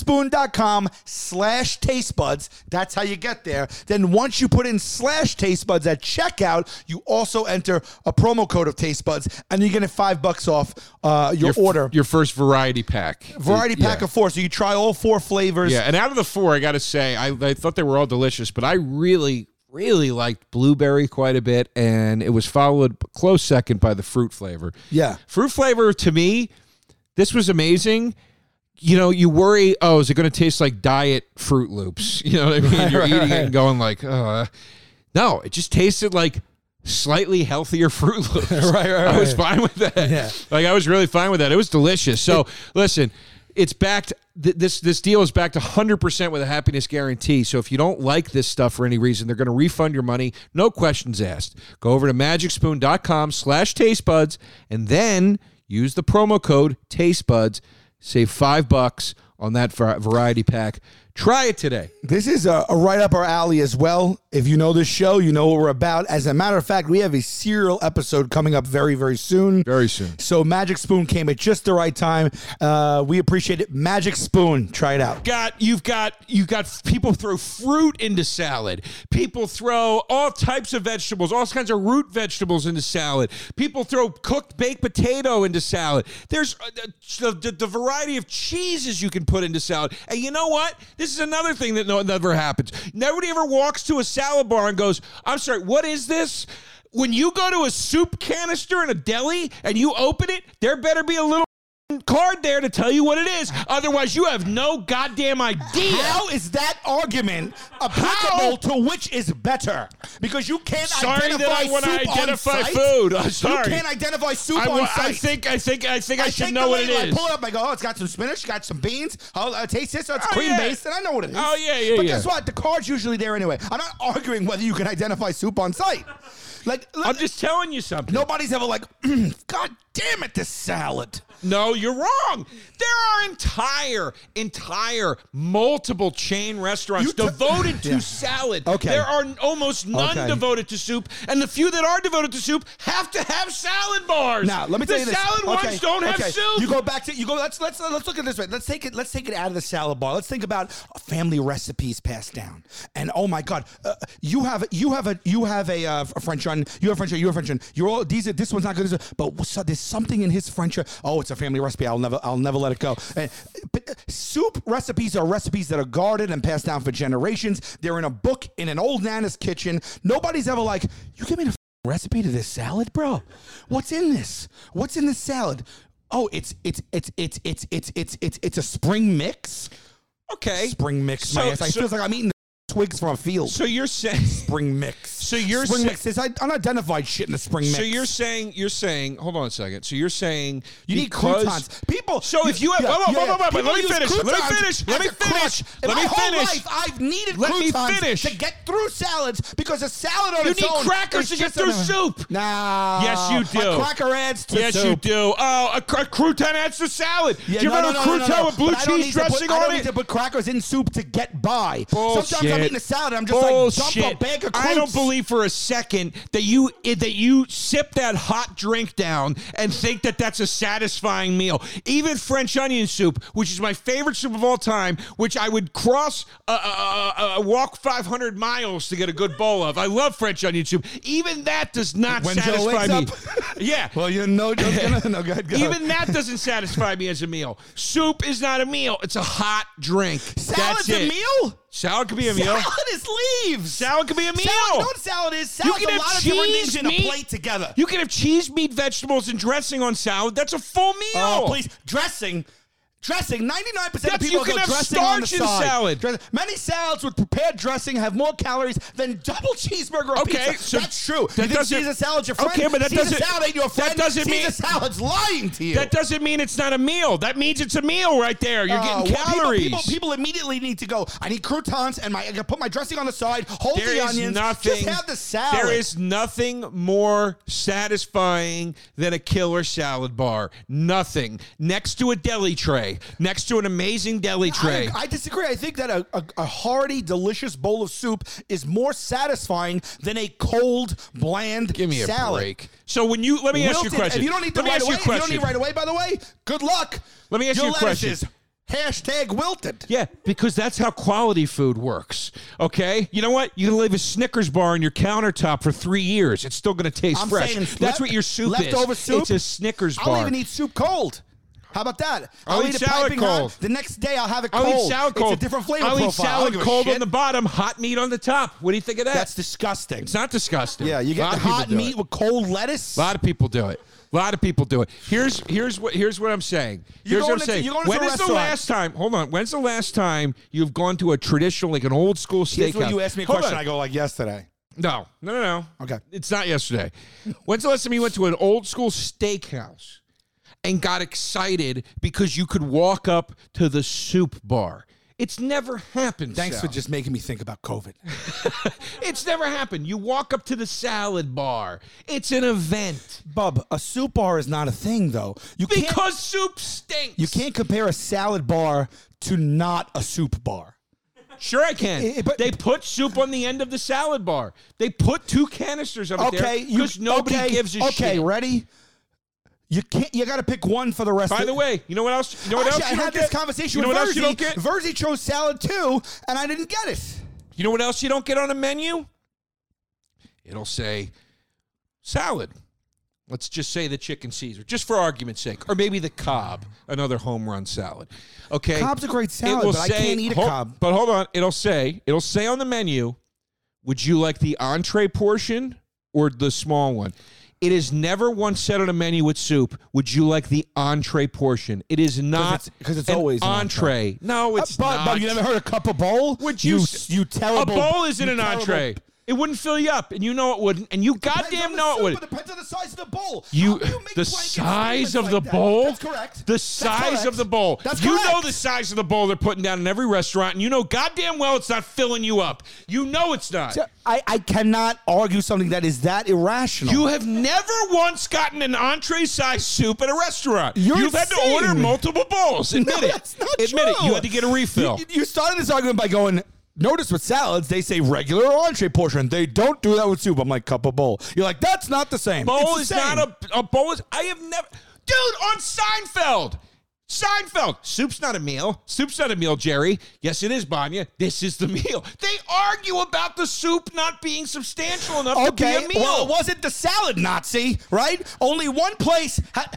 Speaker 3: magicspoon.com slash taste buds. That's how you get there. Then once you put in slash taste buds at checkout, you also enter a promo code of taste buds and you're getting five bucks off uh, your,
Speaker 2: f-
Speaker 3: order.
Speaker 2: Your first variety pack.
Speaker 3: Variety pack
Speaker 2: yeah.
Speaker 3: of four. So you try all four flavors.
Speaker 2: Yeah, and out of the four, I got to say, I, I thought they were all delicious, but I really, really liked blueberry quite a bit, and it was followed close second by the fruit flavor.
Speaker 3: Yeah.
Speaker 2: fruit flavor to me, this was amazing. You know, you worry, oh, is it going to taste like diet Fruit Loops? <laughs> You know what I mean?
Speaker 3: <laughs>
Speaker 2: You're eating it and going like, uh no, it just tasted like slightly healthier <laughs> Fruit Loops.
Speaker 3: <laughs> Right, right,
Speaker 2: I was
Speaker 3: right.
Speaker 2: fine with that. Like I was really fine with that. It was delicious.
Speaker 3: <laughs>
Speaker 2: So listen, it's backed. th- This this deal is backed 100% with a happiness guarantee. So if you don't like this stuff for any reason, they're going to refund your money, no questions asked. Go over to magicspoon.com/slash tastebuds and then use the promo code tastebuds. Save five bucks on that var- variety pack. Try it today.
Speaker 3: This is a, a right up our alley as well. If you know this show, you know what we're about. As a matter of fact, we have a serial episode coming up very, very soon.
Speaker 2: Very soon.
Speaker 3: So Magic Spoon came at just the right time. Uh, we appreciate it. Magic Spoon, try it out.
Speaker 2: got you've got you have got people throw fruit into salad. People throw all types of vegetables, all kinds of root vegetables into salad. People throw cooked baked potato into salad. There's uh, the, the, the variety of cheeses you can put into salad. And you know what? This is another thing that no, never happens. Nobody ever walks to a salad bar and goes, "I'm sorry, what is this?" When you go to a soup canister in a deli and you open it, there better be a little card there to tell you what it is. Otherwise, you have no goddamn idea.
Speaker 3: How is that argument applicable to which is better? Because you can't
Speaker 2: Sorry that
Speaker 3: identify
Speaker 2: I want to
Speaker 3: soup
Speaker 2: identify
Speaker 3: on site.
Speaker 2: food. I'm
Speaker 3: You
Speaker 2: sorry.
Speaker 3: can't identify soup
Speaker 2: I,
Speaker 3: on
Speaker 2: wa-
Speaker 3: site.
Speaker 2: I think I think I think I,
Speaker 3: I
Speaker 2: should
Speaker 3: think
Speaker 2: know
Speaker 3: the
Speaker 2: what
Speaker 3: way
Speaker 2: it
Speaker 3: that I
Speaker 2: is.
Speaker 3: pull it up. I go, oh, it's got some spinach, got some beans. Oh, uh, taste this. Oh, it's
Speaker 2: Oh,
Speaker 3: cream
Speaker 2: yeah.
Speaker 3: based, and I know what it is.
Speaker 2: Oh, yeah, yeah,
Speaker 3: But
Speaker 2: yeah.
Speaker 3: guess what? The card's usually there anyway. I'm not arguing whether you can identify soup on site. Like,
Speaker 2: I'm just telling you something.
Speaker 3: nobody's ever like, <clears throat> God damn it, this salad.
Speaker 2: No, you're wrong. There are entire, entire, multiple chain restaurants
Speaker 3: You t- <laughs>
Speaker 2: devoted to
Speaker 3: Yeah.
Speaker 2: salad.
Speaker 3: Okay.
Speaker 2: There are almost none
Speaker 3: Okay.
Speaker 2: devoted to soup, and the few that are devoted to soup have to have salad bars.
Speaker 3: Now, let me
Speaker 2: the
Speaker 3: tell you this.
Speaker 2: salad
Speaker 3: Okay,
Speaker 2: ones don't
Speaker 3: okay.
Speaker 2: have soup.
Speaker 3: You go back to you go. Let's let's let's look at it this way. Let's take it. Let's take it out of the salad bar. Let's think about family recipes passed down. And oh my God, uh, you have you have a you have a, uh, a French run. You have French run. You have French run. You're all these. Are, this one's not good. this- But what's- so there's something in his French run. Oh, it's a family recipe. I'll never I'll never let it go. And, but uh, soup recipes are recipes that are guarded and passed down for generations. They're in a book in an old nana's kitchen. Nobody's ever like you give me the recipe to this salad, bro. What's in this? What's in this salad? Oh, it's it's it's it's it's it's it's it's it's a spring mix.
Speaker 2: okay.
Speaker 3: Spring mix. my
Speaker 2: So-
Speaker 3: ass. I
Speaker 2: so-
Speaker 3: feels like I'm eating twigs from a field.
Speaker 2: So you're saying
Speaker 3: spring mix. So
Speaker 2: you're
Speaker 3: spring
Speaker 2: sa-
Speaker 3: mix is I- unidentified shit in the spring mix.
Speaker 2: So you're saying you're saying hold on a second. So you're saying
Speaker 3: You need
Speaker 2: because-
Speaker 3: croutons. People.
Speaker 2: So if you have
Speaker 3: yeah,
Speaker 2: whoa, whoa,
Speaker 3: yeah,
Speaker 2: whoa, whoa, whoa,
Speaker 3: people
Speaker 2: let me
Speaker 3: use
Speaker 2: finish. Let me
Speaker 3: croutons
Speaker 2: finish. Let
Speaker 3: as
Speaker 2: me
Speaker 3: a crutch.
Speaker 2: finish.
Speaker 3: In
Speaker 2: Let
Speaker 3: my
Speaker 2: me
Speaker 3: whole
Speaker 2: finish.
Speaker 3: life, I've needed
Speaker 2: Let me
Speaker 3: croutons
Speaker 2: finish.
Speaker 3: to get through salads because a salad on
Speaker 2: You
Speaker 3: its
Speaker 2: need
Speaker 3: own
Speaker 2: crackers
Speaker 3: is
Speaker 2: to get
Speaker 3: just an-
Speaker 2: through soup.
Speaker 3: Nah.
Speaker 2: Yes, you
Speaker 3: A
Speaker 2: do.
Speaker 3: Uh, cracker adds to
Speaker 2: Yes,
Speaker 3: soup.
Speaker 2: you do. Oh, a, cr- a crouton adds to salad.
Speaker 3: Yeah,
Speaker 2: do you
Speaker 3: no,
Speaker 2: remember
Speaker 3: no, no, no,
Speaker 2: crouton
Speaker 3: no, no.
Speaker 2: with blue
Speaker 3: But I don't
Speaker 2: cheese
Speaker 3: need to put-
Speaker 2: dressing
Speaker 3: I don't
Speaker 2: on
Speaker 3: need
Speaker 2: it?
Speaker 3: to put crackers in soup to get by. Sometimes I'm
Speaker 2: Bullshit.
Speaker 3: eating a salad. I'm just like dump a
Speaker 2: Bullshit.
Speaker 3: bag of
Speaker 2: I don't
Speaker 3: crumbs.
Speaker 2: believe for a second that you that you sip that hot drink down and think that that's a satisfying meal. Even French onion soup, which is my favorite soup of all time, which I would cross a, a, a, a walk 500 miles to get a good bowl of. I love French onion soup. Even that does not
Speaker 3: When Joe
Speaker 2: satisfy me.
Speaker 3: wakes up.
Speaker 2: <laughs> yeah.
Speaker 3: Well, you know, Joe's
Speaker 2: <laughs>
Speaker 3: gonna no good. Go.
Speaker 2: Even that doesn't satisfy me as a meal. Soup is not a meal; it's a hot drink.
Speaker 3: salad's
Speaker 2: That's it.
Speaker 3: a meal.
Speaker 2: Salad could be a meal.
Speaker 3: Salad is leaves.
Speaker 2: Salad could be a meal.
Speaker 3: Salad, you know what salad is? Salad's
Speaker 2: can
Speaker 3: a
Speaker 2: have
Speaker 3: lot of different
Speaker 2: cheese,
Speaker 3: things in a
Speaker 2: meat.
Speaker 3: plate together.
Speaker 2: You can have cheese, meat, vegetables, and dressing on salad. That's a full meal.
Speaker 3: Oh, please. Dressing. Dressing. 99% of
Speaker 2: That's-
Speaker 3: people
Speaker 2: you can
Speaker 3: go
Speaker 2: have
Speaker 3: dressing
Speaker 2: starch
Speaker 3: on the
Speaker 2: in
Speaker 3: side.
Speaker 2: salad.
Speaker 3: Dress- Many salads with prepared dressing have more calories than double cheeseburger or
Speaker 2: Okay,
Speaker 3: pizza.
Speaker 2: so
Speaker 3: that's true.
Speaker 2: that
Speaker 3: you think
Speaker 2: doesn't-
Speaker 3: Caesar salad's your friend?
Speaker 2: Okay, but that
Speaker 3: Caesar
Speaker 2: doesn't-
Speaker 3: salad ain't your
Speaker 2: that
Speaker 3: friend.
Speaker 2: doesn't
Speaker 3: Caesar
Speaker 2: mean-
Speaker 3: salad's lying to you.
Speaker 2: That doesn't mean it's not a meal. That means it's a meal right there. You're
Speaker 3: Oh,
Speaker 2: getting
Speaker 3: well, people-
Speaker 2: calories.
Speaker 3: People, people, immediately need to go. I need croutons and my. I gotta put my dressing on the side. Hold
Speaker 2: There
Speaker 3: the
Speaker 2: is
Speaker 3: onions.
Speaker 2: nothing.
Speaker 3: Just have the salad.
Speaker 2: There is nothing more satisfying than a killer salad bar. Nothing next to a deli tray, next to an amazing deli tray.
Speaker 3: I, I disagree. I think that a, a, a hearty, delicious bowl of soup is more satisfying than a cold, bland
Speaker 2: Give me a
Speaker 3: salad.
Speaker 2: break. So when you let me ask you a
Speaker 3: Wilted-
Speaker 2: question.
Speaker 3: If you don't eat them
Speaker 2: let me
Speaker 3: right
Speaker 2: ask
Speaker 3: away,
Speaker 2: you a
Speaker 3: if you don't
Speaker 2: question.
Speaker 3: eat right away, by the way, good luck.
Speaker 2: Let me ask
Speaker 3: Your
Speaker 2: you a question.
Speaker 3: lettuces, Hashtag wilted.
Speaker 2: Yeah, because that's how quality food works. Okay, you know what? You can leave a Snickers bar on your countertop for three years; it's still going to taste
Speaker 3: I'm
Speaker 2: fresh.
Speaker 3: saying
Speaker 2: that's
Speaker 3: left-
Speaker 2: what your soup is.
Speaker 3: leftover soup.
Speaker 2: It's a Snickers bar.
Speaker 3: I'll even eat soup cold. How about that?
Speaker 2: I'll eat
Speaker 3: it
Speaker 2: salad
Speaker 3: piping
Speaker 2: cold.
Speaker 3: Hot. The next day, I'll have it
Speaker 2: I'll
Speaker 3: cold.
Speaker 2: eat salad cold.
Speaker 3: It's a different flavor
Speaker 2: I'll
Speaker 3: profile.
Speaker 2: eat salad
Speaker 3: I don't give a
Speaker 2: cold on
Speaker 3: shit.
Speaker 2: the bottom, hot meat on the top. What do you think of that?
Speaker 3: That's disgusting.
Speaker 2: it's not disgusting.
Speaker 3: yeah, you
Speaker 2: A lot
Speaker 3: get the
Speaker 2: of people
Speaker 3: hot
Speaker 2: do
Speaker 3: meat
Speaker 2: it.
Speaker 3: with cold lettuce.
Speaker 2: A lot of people do it. A lot of people do it. Here's here's what here's what I'm saying.
Speaker 3: You're
Speaker 2: Here's what
Speaker 3: going
Speaker 2: I'm
Speaker 3: to-
Speaker 2: saying.
Speaker 3: you're going to
Speaker 2: When
Speaker 3: the
Speaker 2: is the
Speaker 3: restaurant.
Speaker 2: last time? Hold on. When's the last time you've gone to a traditional, like an old school steakhouse?
Speaker 3: Here's when you ask me a
Speaker 2: Hold
Speaker 3: question,
Speaker 2: on.
Speaker 3: I go like yesterday.
Speaker 2: No, no, no, no.
Speaker 3: Okay.
Speaker 2: It's not yesterday. When's the last time you went to an old school steakhouse and got excited because you could walk up to the soup bar? It's never happened.
Speaker 3: Thanks
Speaker 2: Sal.
Speaker 3: for just making me think about COVID.
Speaker 2: It's never happened. You walk up to the salad bar. It's an event
Speaker 3: Bub, a soup bar is not a thing though. You can't
Speaker 2: because soup stinks.
Speaker 3: you can't compare a salad bar to not a soup bar.
Speaker 2: Sure, I can.
Speaker 3: It- it- Eh, but-
Speaker 2: they put soup on the end of the salad bar. They put two canisters of it
Speaker 3: Okay,
Speaker 2: there because nobody
Speaker 3: okay,
Speaker 2: gives a
Speaker 3: okay,
Speaker 2: shit.
Speaker 3: ready? You can't. You got to pick one for the rest.
Speaker 2: By
Speaker 3: of
Speaker 2: the way, you know what else? You know what
Speaker 3: Actually,
Speaker 2: else?
Speaker 3: I
Speaker 2: you
Speaker 3: had
Speaker 2: don't
Speaker 3: this
Speaker 2: get?
Speaker 3: conversation
Speaker 2: You know
Speaker 3: with
Speaker 2: what else you
Speaker 3: Verzi.
Speaker 2: don't get?
Speaker 3: Verzi chose salad too, and I didn't get it.
Speaker 2: You know what else you don't get on a menu? It'll say salad. Let's just say the chicken Caesar, just for argument's sake, or maybe the Cobb, another home run salad. Okay,
Speaker 3: Cobb's a great salad, but I can't eat a
Speaker 2: hol-
Speaker 3: Cobb.
Speaker 2: But hold on, it'll say it'll say on the menu, would you like the entree portion or the small one? It is never once said on a menu with soup. Would you like the entree portion? It is not
Speaker 3: 'it's- 'cause it's
Speaker 2: an
Speaker 3: always an Uh,
Speaker 2: entree. No, it's
Speaker 3: but,
Speaker 2: not.
Speaker 3: but you never heard of cup of bowl?
Speaker 2: Would
Speaker 3: you
Speaker 2: you
Speaker 3: s- you
Speaker 2: a
Speaker 3: terrible?
Speaker 2: bowl isn't
Speaker 3: you
Speaker 2: an
Speaker 3: terrible-
Speaker 2: entree. It wouldn't fill you up, and you know it wouldn't, and you
Speaker 3: Depends on
Speaker 2: goddamn
Speaker 3: the
Speaker 2: know
Speaker 3: soup,
Speaker 2: it would.
Speaker 3: but Depends on the size of the bowl.
Speaker 2: You,
Speaker 3: How do
Speaker 2: the
Speaker 3: make blanket
Speaker 2: size
Speaker 3: statements
Speaker 2: of
Speaker 3: like
Speaker 2: the
Speaker 3: that?
Speaker 2: bowl.
Speaker 3: That's correct.
Speaker 2: The
Speaker 3: That's
Speaker 2: size
Speaker 3: correct.
Speaker 2: of the bowl.
Speaker 3: That's
Speaker 2: you know
Speaker 3: correct.
Speaker 2: the size of the bowl they're putting down in every restaurant, and you know goddamn well it's not filling you up. You know it's not.
Speaker 3: I, I cannot argue something that is that irrational.
Speaker 2: You have never once gotten an entree size soup at a restaurant.
Speaker 3: You're
Speaker 2: You've had to
Speaker 3: insane.
Speaker 2: order multiple bowls. Admit
Speaker 3: <laughs> No,
Speaker 2: it.
Speaker 3: that's not
Speaker 2: Admit it.
Speaker 3: true.
Speaker 2: You had to get a refill.
Speaker 3: You, you started this argument by going, notice with salads, they say regular or entree portion. They don't do that with soup. I'm like, cup of bowl. You're like, that's not the same.
Speaker 2: bowl
Speaker 3: It's
Speaker 2: is
Speaker 3: the same.
Speaker 2: not a, a bowl is I have never dude on Seinfeld. Seinfeld, soup's not a meal. Soup's not a meal, Jerry. Yes, it is, Banya. This is the <laughs> meal. They argue about the soup not being substantial enough
Speaker 3: Okay,
Speaker 2: to be a meal.
Speaker 3: well, it wasn't the salad Nazi, right? Only one place. Ha-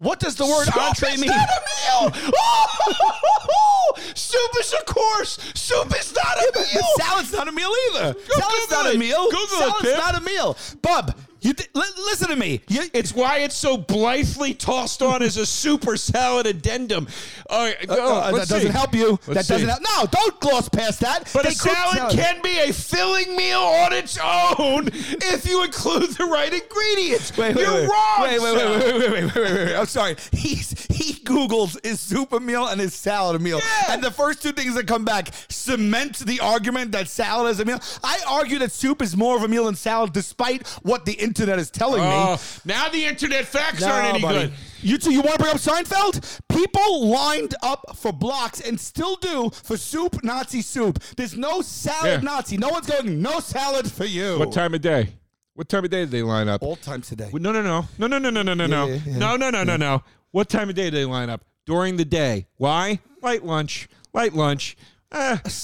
Speaker 3: what does the word
Speaker 2: Soup
Speaker 3: entree
Speaker 2: is
Speaker 3: mean?
Speaker 2: not a meal. <laughs> Oh, soup is a course. Soup is not a
Speaker 3: But
Speaker 2: meal.
Speaker 3: salad's not a meal either. salad's
Speaker 2: Google
Speaker 3: not
Speaker 2: it.
Speaker 3: a meal.
Speaker 2: Google it,
Speaker 3: salad's
Speaker 2: Pip.
Speaker 3: not a meal. Bub, you th- li- listen to me. You,
Speaker 2: It's why it's so blithely tossed on as a super salad addendum. All right,
Speaker 3: Uh,
Speaker 2: go,
Speaker 3: uh, that
Speaker 2: let's
Speaker 3: doesn't
Speaker 2: see.
Speaker 3: help you. that
Speaker 2: Let's see.
Speaker 3: doesn't help. No, don't gloss past that.
Speaker 2: But
Speaker 3: They
Speaker 2: a
Speaker 3: cook
Speaker 2: salad, can be a filling meal on its own if you include the right ingredients.
Speaker 3: Wait, wait,
Speaker 2: You're
Speaker 3: wait.
Speaker 2: wrong.
Speaker 3: Wait, wait,
Speaker 2: Sal.
Speaker 3: wait, wait, wait, wait, wait, wait, wait, wait. I'm sorry. He's he Googles is soup a meal and is salad a meal.
Speaker 2: Yeah.
Speaker 3: And the first two things that come back cement the argument that salad is a meal. I argue that soup is more of a meal than salad, despite what the internet is telling me.
Speaker 2: Oh, now the internet facts aren't any
Speaker 3: buddy.
Speaker 2: good.
Speaker 3: You two, you want to bring up Seinfeld? People lined up for blocks and still do for soup Nazi soup. There's no salad
Speaker 2: Yeah.
Speaker 3: Nazi. No one's going. No salad for you.
Speaker 2: What time of day? What time of day did they line up?
Speaker 3: All time today.
Speaker 2: No, no, no, no, no, no, no, no, no, no,
Speaker 3: Yeah, yeah,
Speaker 2: no, no, no, no, no. What time of day do they line up? During the day. Why? Light lunch. Light lunch.
Speaker 4: eh,
Speaker 3: salad
Speaker 4: I'm
Speaker 3: is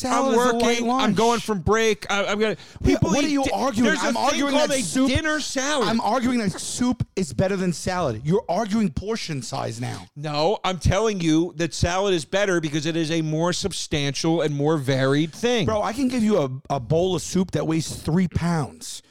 Speaker 3: a light
Speaker 4: working. I'm
Speaker 3: lunch.
Speaker 4: going from break. I, I'm gonna. People
Speaker 3: what
Speaker 4: eat
Speaker 3: are you
Speaker 4: di-
Speaker 3: arguing?
Speaker 4: There's a
Speaker 3: I'm
Speaker 4: thing
Speaker 3: arguing
Speaker 4: called
Speaker 3: that
Speaker 4: a
Speaker 3: soup-
Speaker 4: dinner salad.
Speaker 3: I'm arguing that soup is better than salad. You're arguing portion size now.
Speaker 4: no, I'm telling you that salad is better because it is a more substantial and more varied thing.
Speaker 3: Bro, I can give you a, a bowl of soup that weighs three pounds.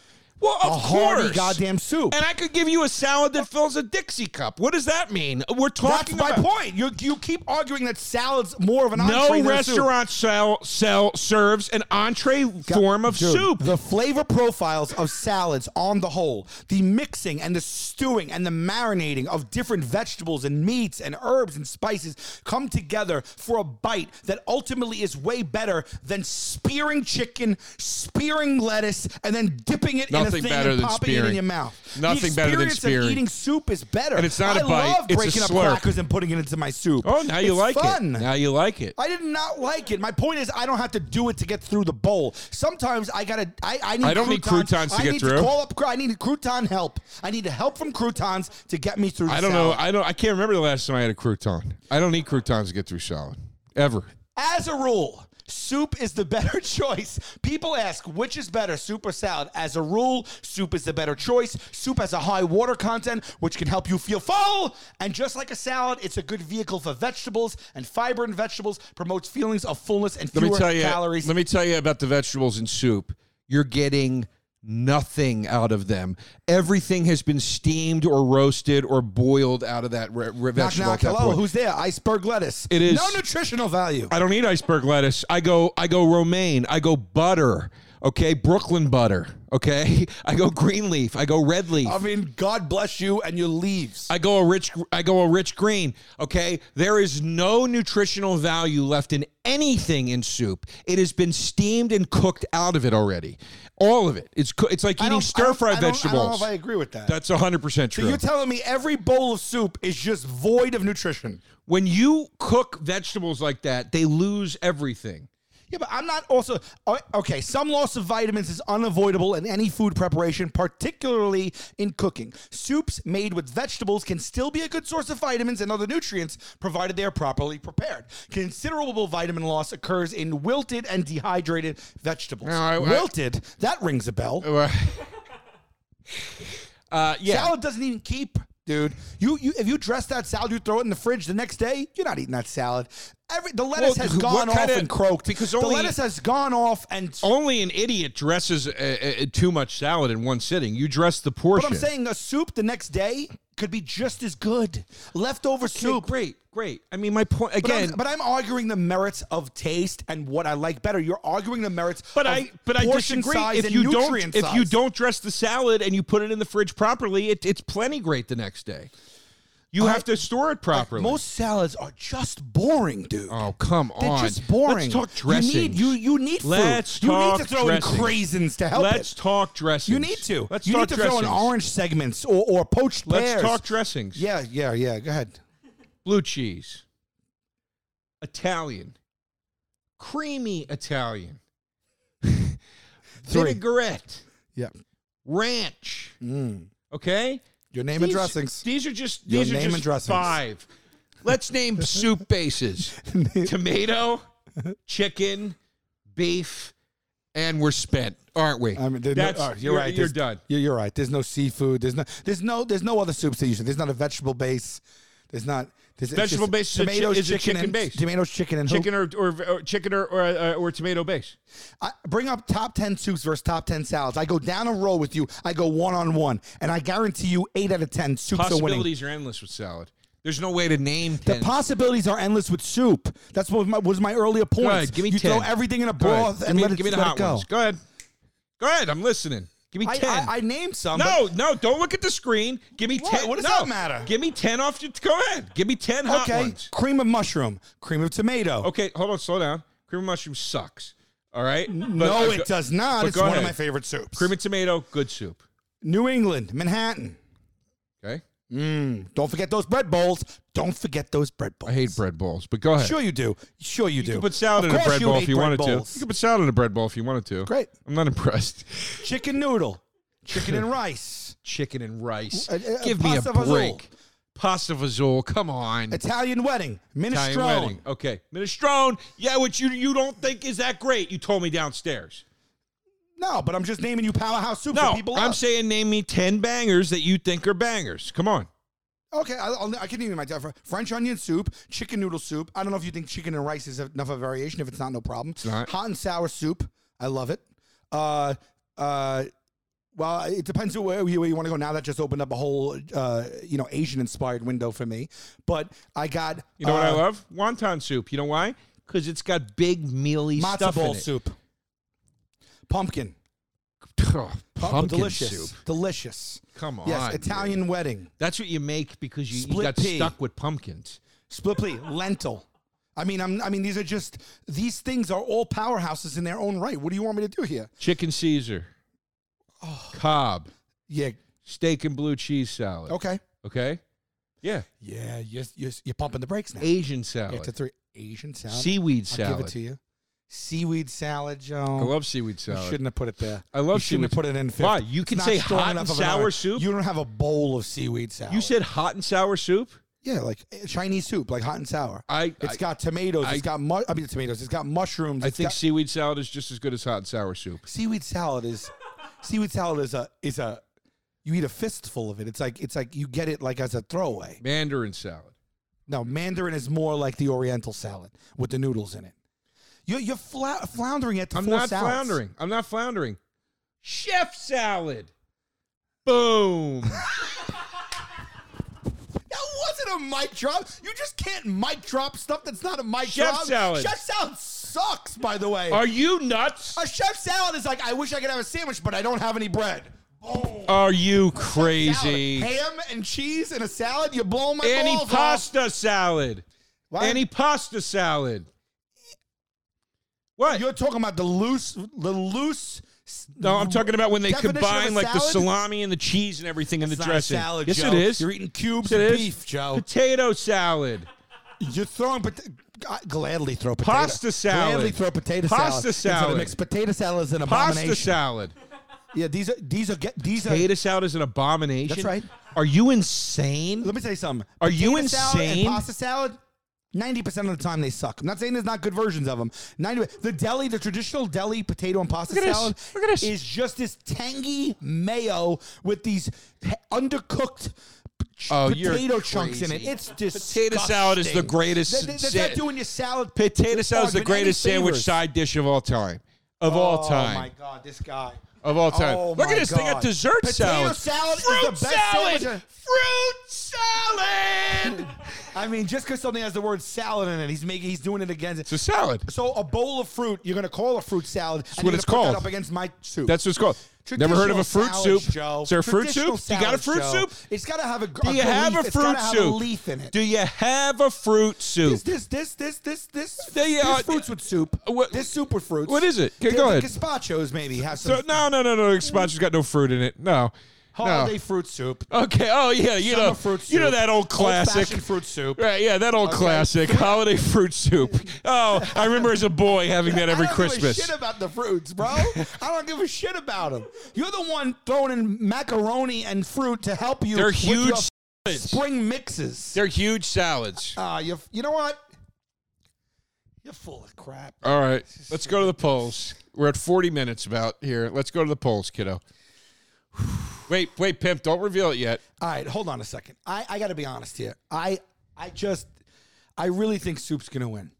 Speaker 4: well, of
Speaker 3: a
Speaker 4: course,
Speaker 3: hearty goddamn soup.
Speaker 4: And I could give you a salad that fills a Dixie cup. What does that mean? We're
Speaker 3: That's
Speaker 4: talking
Speaker 3: my
Speaker 4: about
Speaker 3: point. You, you keep arguing that salad's more of an entree
Speaker 4: no
Speaker 3: than a soup.
Speaker 4: restaurant sell, sell serves an entree form of
Speaker 3: Dude,
Speaker 4: soup.
Speaker 3: The flavor profiles of salads on the whole, the mixing and the stewing and the marinating of different vegetables and meats and herbs and spices come together for a bite that ultimately is way better than spearing chicken, spearing lettuce, and then dipping it in a
Speaker 2: Nothing
Speaker 3: thing
Speaker 2: better
Speaker 3: and
Speaker 2: than
Speaker 3: popping it in
Speaker 2: spearing.
Speaker 3: your mouth.
Speaker 2: Nothing
Speaker 3: the
Speaker 2: better than
Speaker 3: experience of
Speaker 2: spearing.
Speaker 3: eating soup is better.
Speaker 2: And it's not
Speaker 3: I
Speaker 2: a bite,
Speaker 3: love
Speaker 2: it's a
Speaker 3: breaking up
Speaker 2: slurp.
Speaker 3: crackers and putting it into my soup.
Speaker 4: Oh, now you
Speaker 3: It's
Speaker 4: like
Speaker 3: fun.
Speaker 4: it. Now you like it.
Speaker 3: I did not like it. My point is, I don't have to do it to get through the bowl. Sometimes I gotta. I, I need.
Speaker 2: I don't need croutons to
Speaker 3: I
Speaker 2: get
Speaker 3: need
Speaker 2: through.
Speaker 3: To call up. cr- I need crouton help. I need help from croutons to get me through. The
Speaker 2: I don't know.
Speaker 3: salad.
Speaker 2: I don't. I can't remember the last time I had a crouton. I don't need croutons to get through salad ever.
Speaker 3: As a rule, soup is the <laughs> better choice. People ask which is better, soup or salad. As a rule, soup is the better choice. Soup has a high water content, which can help you feel full. And just like a salad, it's a good vehicle for vegetables and fiber in vegetables. Promotes feelings of fullness and
Speaker 2: Let
Speaker 3: fewer
Speaker 2: me tell you.
Speaker 3: calories.
Speaker 2: Let me tell you about the vegetables in soup. You're getting nothing out of them. Everything has been steamed or roasted or boiled out of that re- re-
Speaker 3: Knock,
Speaker 2: vegetable.
Speaker 3: knock,
Speaker 2: at that
Speaker 3: hello.
Speaker 2: point.
Speaker 3: Who's there? Iceberg lettuce.
Speaker 2: It is-
Speaker 3: No nutritional value.
Speaker 2: I don't eat iceberg lettuce. I go I go romaine. I go butter. Okay, Brooklyn butter. Okay, <laughs> I go green leaf. I go red leaf.
Speaker 3: I mean, God bless you and your leaves.
Speaker 2: I go a rich I go a rich green. Okay, there is no nutritional value left in anything in soup. It has been steamed and cooked out of it already. All of it. It's co- it's like
Speaker 3: I
Speaker 2: eating
Speaker 3: don't- I
Speaker 2: stir
Speaker 3: don't-
Speaker 2: fry
Speaker 3: I don't- I don't know
Speaker 2: vegetables.
Speaker 3: if I agree with that.
Speaker 2: That's 100% true.
Speaker 3: so you're telling me every bowl of soup is just void of nutrition?
Speaker 2: when you cook vegetables like that, they lose everything. <laughs>
Speaker 3: Yeah, but I'm not also oh, okay. Some loss of vitamins is unavoidable in any food preparation, particularly in cooking. Soups made with vegetables can still be a good source of vitamins and other nutrients, provided they are properly prepared. Considerable vitamin loss occurs in wilted and dehydrated vegetables.
Speaker 2: Now, I- I-
Speaker 3: wilted, that rings a bell.
Speaker 2: Uh, yeah.
Speaker 3: Salad doesn't even keep, dude. You, you if you dress that salad, you throw it in the fridge the next day. You're not eating that salad. Every the lettuce
Speaker 2: Well,
Speaker 3: has
Speaker 2: what
Speaker 3: gone off
Speaker 2: kind of-
Speaker 3: and croaked
Speaker 2: because
Speaker 3: the
Speaker 2: only-
Speaker 3: lettuce has gone off and.
Speaker 2: only an idiot dresses uh, uh, too much salad in one sitting. You dress the portion.
Speaker 3: But I'm saying a soup the next day could be just as good. Leftover
Speaker 2: Okay,
Speaker 3: soup.
Speaker 2: Great, great. I mean, my point
Speaker 3: But I'm,
Speaker 2: again.
Speaker 3: but I'm arguing the merits of taste and what I like better. You're arguing the merits.
Speaker 4: But
Speaker 3: of
Speaker 4: I but I
Speaker 3: portion
Speaker 4: disagree.
Speaker 3: size
Speaker 4: If
Speaker 3: and
Speaker 4: you don't
Speaker 3: nutrient
Speaker 4: if you
Speaker 3: size.
Speaker 4: don't dress the salad and you put it in the fridge properly, it, it's plenty great the next day.
Speaker 2: you have to store it properly.
Speaker 3: most salads are just boring, dude.
Speaker 2: oh, come
Speaker 3: They're
Speaker 2: on.
Speaker 3: just boring.
Speaker 2: Let's talk
Speaker 3: You
Speaker 2: dressing.
Speaker 3: need you you need fruit.
Speaker 4: Let's
Speaker 3: you need
Speaker 4: talk
Speaker 3: to throw
Speaker 4: dressings.
Speaker 3: in craisins to help
Speaker 2: Let's
Speaker 3: it.
Speaker 2: talk dressing.
Speaker 3: You need to.
Speaker 2: Let's
Speaker 3: you
Speaker 2: talk
Speaker 3: need to throw in
Speaker 2: dressings.
Speaker 3: orange segments or, or poached
Speaker 2: Let's
Speaker 3: pears.
Speaker 2: talk dressings.
Speaker 3: yeah, yeah, yeah. Go ahead.
Speaker 2: Blue cheese. Italian. Creamy Italian.
Speaker 3: Three.
Speaker 2: Vinaigrette.
Speaker 3: Yeah.
Speaker 2: Ranch.
Speaker 3: Mm.
Speaker 2: Okay?
Speaker 3: Your name and
Speaker 2: These-
Speaker 3: dressings.
Speaker 2: These are just
Speaker 3: Your
Speaker 2: these are
Speaker 3: name
Speaker 2: just
Speaker 3: and dressings.
Speaker 2: five. Let's name soup
Speaker 3: <laughs>
Speaker 2: bases: tomato, chicken, beef, and we're spent, aren't we?
Speaker 3: I mean, there's
Speaker 2: That's-
Speaker 3: no, all right, you're,
Speaker 2: you're-
Speaker 3: right.
Speaker 2: you're
Speaker 3: There's-
Speaker 2: done.
Speaker 3: You're, you're right. There's no seafood. There's no. There's no. There's no other soups that you should. There's not a vegetable base. There's not. There's, it's
Speaker 2: Vegetable
Speaker 3: just
Speaker 2: base is a chi- is
Speaker 3: Tomatoes,
Speaker 2: a
Speaker 3: chicken,
Speaker 2: chicken
Speaker 3: and,
Speaker 2: base.
Speaker 3: Tomatoes, chicken, and
Speaker 2: chicken or, or, or chicken or or, uh, or tomato
Speaker 3: <laughs>
Speaker 2: base.
Speaker 3: I bring up top ten soups versus top ten salads. I go down a row with you. I go one on one, and I guarantee you, eight out of ten soups are winning.
Speaker 2: Possibilities are endless with salad. There's no way to name
Speaker 3: The
Speaker 2: ten.
Speaker 3: possibilities are endless with soup. That's what my, was my earlier point.
Speaker 2: Good. Give me
Speaker 3: you
Speaker 2: ten.
Speaker 3: throw everything in a
Speaker 2: Go ahead.
Speaker 3: broth
Speaker 2: Give
Speaker 3: and
Speaker 2: me-
Speaker 3: let it,
Speaker 2: give me the
Speaker 3: let
Speaker 2: hot
Speaker 3: it go.
Speaker 2: ones. Go ahead. Go ahead. I'm listening. Give me
Speaker 3: I,
Speaker 2: ten.
Speaker 3: I, I named some. but-
Speaker 2: no, no, don't look at the screen. Give me
Speaker 3: What?
Speaker 2: ten.
Speaker 3: What does
Speaker 2: no.
Speaker 3: that matter?
Speaker 2: Give me ten off your. Go ahead. Give me ten hot
Speaker 3: okay.
Speaker 2: ones.
Speaker 3: Cream of mushroom. Cream of tomato.
Speaker 2: Okay, hold on, slow down. Cream of mushroom sucks. All right.
Speaker 3: No,
Speaker 2: But-
Speaker 3: it does not.
Speaker 2: but
Speaker 3: It's
Speaker 2: go
Speaker 3: one
Speaker 2: ahead.
Speaker 3: of my favorite soups.
Speaker 2: Cream of tomato, good soup.
Speaker 3: New England, Manhattan.
Speaker 2: Okay.
Speaker 3: Don't forget those bread bowls. Don't forget those bread bowls.
Speaker 2: I hate bread balls, but go ahead.
Speaker 3: Sure you do. Sure you, do.
Speaker 2: You could put salad
Speaker 3: Of
Speaker 2: in a
Speaker 3: course
Speaker 2: bread bowl
Speaker 3: hate
Speaker 2: if you
Speaker 3: bread
Speaker 2: wanted
Speaker 3: bowls.
Speaker 2: to. You could put salad in a bread bowl if you wanted to.
Speaker 3: Great.
Speaker 2: I'm not impressed. <laughs>
Speaker 3: Chicken noodle, chicken and rice,
Speaker 2: Chicken and rice.
Speaker 3: Uh, uh,
Speaker 2: Give me a
Speaker 3: pasta fazool,
Speaker 2: break. Pasta fazool. Come on.
Speaker 3: Italian wedding,
Speaker 2: Italian
Speaker 3: minestrone.
Speaker 2: wedding. Okay. Minestrone. Yeah, which you you don't think is that great. You told me downstairs.
Speaker 3: No, but I'm just naming you powerhouse soups. that
Speaker 2: No,
Speaker 3: people
Speaker 2: I'm
Speaker 3: love.
Speaker 2: saying name me 10 bangers that you think are bangers. Come on.
Speaker 3: Okay, I'll, I'll, I can name you my fr- French onion soup, chicken noodle soup. I don't know if you think chicken and rice is enough of a variation. If it's not, no problem.
Speaker 2: not.
Speaker 3: Hot and sour soup. I love it. Uh, uh, well, it depends on where you, where you want to go. Now that just opened up a whole, uh, you know, Asian-inspired window for me. But I got
Speaker 2: You know what I
Speaker 3: uh,
Speaker 2: love? Wonton soup. You know why? Because it's got big mealy
Speaker 3: Matzo
Speaker 2: stuff
Speaker 3: ball
Speaker 2: in it.
Speaker 3: soup, pumpkin,
Speaker 2: Oh,
Speaker 3: Pu-
Speaker 2: pumpkin
Speaker 3: delicious,
Speaker 2: soup.
Speaker 3: delicious.
Speaker 2: Come on.
Speaker 3: Yes,
Speaker 2: dude.
Speaker 3: Italian wedding,
Speaker 2: That's what you make because you, you
Speaker 3: Split
Speaker 2: got
Speaker 3: pea.
Speaker 2: stuck with pumpkins.
Speaker 3: split pea, lentil. I mean, I'm, I mean, these are just these things are all powerhouses in their own right. What do you want me to do here?
Speaker 2: Chicken Caesar.
Speaker 3: Oh.
Speaker 2: Cobb.
Speaker 3: Yeah.
Speaker 2: Steak and blue cheese salad.
Speaker 3: Okay.
Speaker 2: Okay? Yeah.
Speaker 3: Yeah. You're, you're, you're pumping the brakes now.
Speaker 2: Asian
Speaker 3: You have to
Speaker 2: salad.
Speaker 3: three Asian salad.
Speaker 2: Seaweed
Speaker 3: I'll
Speaker 2: salad.
Speaker 3: give it to you. Seaweed salad, Joe.
Speaker 2: I love seaweed
Speaker 3: You
Speaker 2: salad.
Speaker 3: shouldn't have put it there.
Speaker 2: I love
Speaker 3: You shouldn't have
Speaker 2: seaweed-
Speaker 3: put it in. Fifth.
Speaker 2: Why? You
Speaker 3: It's
Speaker 2: can
Speaker 3: not
Speaker 2: say
Speaker 3: strong
Speaker 2: hot
Speaker 3: enough
Speaker 2: and
Speaker 3: of an
Speaker 2: sour
Speaker 3: hour.
Speaker 2: soup?
Speaker 3: You don't have a bowl of seaweed salad.
Speaker 2: You said hot and sour soup?
Speaker 3: yeah, like eh, Chinese soup, like hot and sour.
Speaker 2: I-
Speaker 3: It's
Speaker 2: I-
Speaker 3: got tomatoes.
Speaker 2: I-
Speaker 3: it's got mu- I mean tomatoes. It's got mushrooms.
Speaker 2: I
Speaker 3: it's
Speaker 2: think
Speaker 3: got-
Speaker 2: seaweed salad is just as good as hot and sour soup.
Speaker 3: seaweed salad is seaweed salad is a is a you eat a fistful of it. It's like it's like you get it like as a throwaway.
Speaker 2: Mandarin salad.
Speaker 3: No, Mandarin is more like the Oriental salad with the noodles in it. You're, you're fla- floundering at the
Speaker 2: I'm
Speaker 3: four
Speaker 2: not
Speaker 3: salads.
Speaker 2: floundering. I'm not floundering. Chef salad.
Speaker 3: <laughs>
Speaker 2: Boom.
Speaker 3: That wasn't a mic drop. You just can't mic drop stuff that's not a mic
Speaker 2: Chef
Speaker 3: drop.
Speaker 2: salad.
Speaker 3: Chef salad sucks, by the way.
Speaker 2: Are you nuts?
Speaker 3: a chef salad is like, I wish I could have a sandwich, but I don't have any bread. Boom.
Speaker 2: Are you
Speaker 3: Salad.
Speaker 2: crazy?
Speaker 3: Ham and cheese and a salad. You blow my
Speaker 2: Any
Speaker 3: balls off.
Speaker 2: pasta salad.
Speaker 3: Why-
Speaker 2: Any pasta salad. What?
Speaker 3: You're talking about the loose, the loose.
Speaker 2: No, I'm talking about when they
Speaker 3: Definition of a
Speaker 2: combine like the
Speaker 3: salad?
Speaker 2: salami and the cheese and everything in the
Speaker 3: It's not a
Speaker 2: dressing.
Speaker 3: salad,
Speaker 2: yes,
Speaker 3: Joe.
Speaker 2: it is.
Speaker 3: You're eating cubes
Speaker 2: Yes, it
Speaker 3: of
Speaker 2: is.
Speaker 3: beef, Joe.
Speaker 2: Potato salad.
Speaker 3: You're throwing, pot- I gladly throw potato.
Speaker 2: Pasta salad.
Speaker 3: Gladly throw potato
Speaker 2: Pasta
Speaker 3: salad. Instead
Speaker 2: salad.
Speaker 3: of mixed potato salad is an
Speaker 2: Pasta
Speaker 3: abomination.
Speaker 2: salad.
Speaker 3: Yeah, these are these are get these are.
Speaker 2: Potato salad is an abomination.
Speaker 3: That's right.
Speaker 2: Are you insane?
Speaker 3: Let me tell you something.
Speaker 2: Are you
Speaker 3: Potato Salad and
Speaker 2: insane?
Speaker 3: pasta salad. Ninety percent of the time they suck. I'm not saying there's not good versions of them. Ninety. The deli, the traditional deli potato and pasta
Speaker 2: Look at this.
Speaker 3: salad,
Speaker 2: Look at this.
Speaker 3: is just this tangy mayo with these he- undercooked. ch-
Speaker 2: Oh, you're
Speaker 3: potato chunks in it.
Speaker 2: crazy.
Speaker 3: It's disgusting.
Speaker 2: Potato salad is the greatest
Speaker 3: That- that- That's not
Speaker 2: sa-
Speaker 3: doing your salad.
Speaker 2: Potato salad is the
Speaker 3: department any
Speaker 2: greatest sandwich
Speaker 3: favors.
Speaker 2: side dish of all time. Of all
Speaker 3: Oh my
Speaker 2: time.
Speaker 3: god, this guy.
Speaker 2: Of all time.
Speaker 3: Oh
Speaker 2: Look
Speaker 3: my
Speaker 2: at this thing
Speaker 3: God.
Speaker 2: at dessert
Speaker 3: Potato
Speaker 2: salad.
Speaker 3: salad is
Speaker 2: Fruit
Speaker 3: the best
Speaker 2: salad.
Speaker 3: sandwich.
Speaker 2: Fruit
Speaker 3: <laughs>
Speaker 2: salad.
Speaker 3: I mean, just because something has the word salad in it, he's making he's doing it again.
Speaker 2: it's a salad.
Speaker 3: So a bowl of fruit, you're gonna call a fruit salad. That's
Speaker 2: what
Speaker 3: you're
Speaker 2: it's
Speaker 3: gonna put
Speaker 2: called.
Speaker 3: That up against my soup.
Speaker 2: That's what it's called. Never heard of a fruit
Speaker 3: Traditional
Speaker 2: soup?
Speaker 3: salads, Joe.
Speaker 2: Is there a fruit
Speaker 3: Traditional
Speaker 2: soup? you got a
Speaker 3: salads,
Speaker 2: fruit
Speaker 3: Joe.
Speaker 2: soup?
Speaker 3: It's gotta have a. gr-
Speaker 2: Do you have
Speaker 3: leaf.
Speaker 2: a
Speaker 3: It's gotta
Speaker 2: fruit
Speaker 3: have
Speaker 2: soup?
Speaker 3: A leaf in it.
Speaker 2: Do you have a fruit soup?
Speaker 3: This, this, this, this, this, this.
Speaker 2: There you
Speaker 3: this
Speaker 2: are.
Speaker 3: fruits with soup.
Speaker 2: Uh, what-
Speaker 3: this soup with fruits.
Speaker 2: what is it? Okay,
Speaker 3: The-
Speaker 2: go
Speaker 3: the
Speaker 2: ahead.
Speaker 3: Gazpachos maybe have some
Speaker 2: So no, no, no, no. Sponsor's got no fruit in it. No.
Speaker 3: holiday fruit soup.
Speaker 2: No. Okay. Oh yeah. You
Speaker 3: Summer
Speaker 2: know.
Speaker 3: fruit
Speaker 2: You know
Speaker 3: soup.
Speaker 2: that old classic.
Speaker 3: Old-fashioned fruit soup.
Speaker 2: Right, yeah, that old
Speaker 3: <laughs>
Speaker 2: classic holiday fruit soup. Oh, I remember as a boy having that every
Speaker 3: I don't
Speaker 2: Christmas.
Speaker 3: Give a shit about the fruits, bro. I don't give a shit about them. You're the one throwing in macaroni and fruit to help you.
Speaker 2: They're
Speaker 3: with your
Speaker 2: huge salads.
Speaker 3: spring mixes.
Speaker 2: They're huge
Speaker 3: <laughs>
Speaker 2: salads.
Speaker 3: Ah, you you know what? You're full of crap.
Speaker 2: All right, let's go to the polls. We're at 40 minutes about here. Let's go to the polls, kiddo. <sighs> Wait, wait, pimp, don't reveal it yet.
Speaker 3: All right, hold on a second. I I got to be honest here. I I just I really think Soup's gonna win.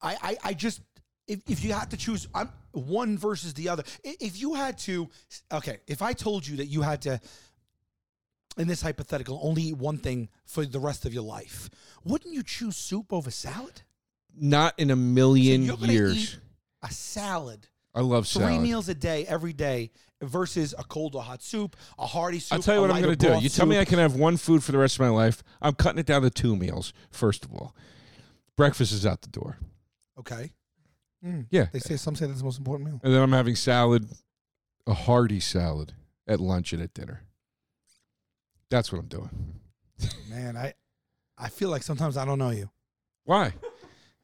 Speaker 3: I I, I just. If, if you had to choose I'm, one versus the other, I- if you had to, okay, if I told you that you had to in this hypothetical, only eat one thing for the rest of your life, wouldn't you choose soup over salad?
Speaker 2: Not in a million
Speaker 3: You're gonna
Speaker 2: years.
Speaker 3: eat a salad
Speaker 2: I love
Speaker 3: three
Speaker 2: salad.
Speaker 3: meals a day every day versus a cold or hot soup, a hearty soup.
Speaker 2: I'll tell you
Speaker 3: a
Speaker 2: what I'm
Speaker 3: lighter
Speaker 2: going to do.
Speaker 3: broth
Speaker 2: You tell me
Speaker 3: soup.
Speaker 2: I can have one food for the rest of my life. I'm cutting it down to two meals, first of all. Breakfast is out the door.
Speaker 3: okay.
Speaker 2: Yeah.
Speaker 3: They say some say that's the most important meal.
Speaker 2: And then I'm having salad, a hearty salad at lunch and at dinner. That's what I'm doing.
Speaker 3: Man, I I feel like sometimes I don't know you.
Speaker 2: Why?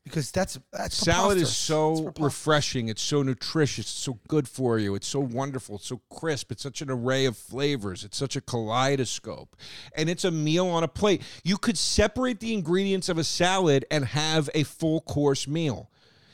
Speaker 3: because that's that's
Speaker 2: Salad
Speaker 3: preposterous.
Speaker 2: is
Speaker 3: It's
Speaker 2: so
Speaker 3: preposterous.
Speaker 2: refreshing. It's so nutritious. It's so good for you. It's so wonderful. It's so crisp. It's such an array of flavors. It's such a kaleidoscope. And it's a meal on a plate. You could separate the ingredients of a salad and have a full course meal.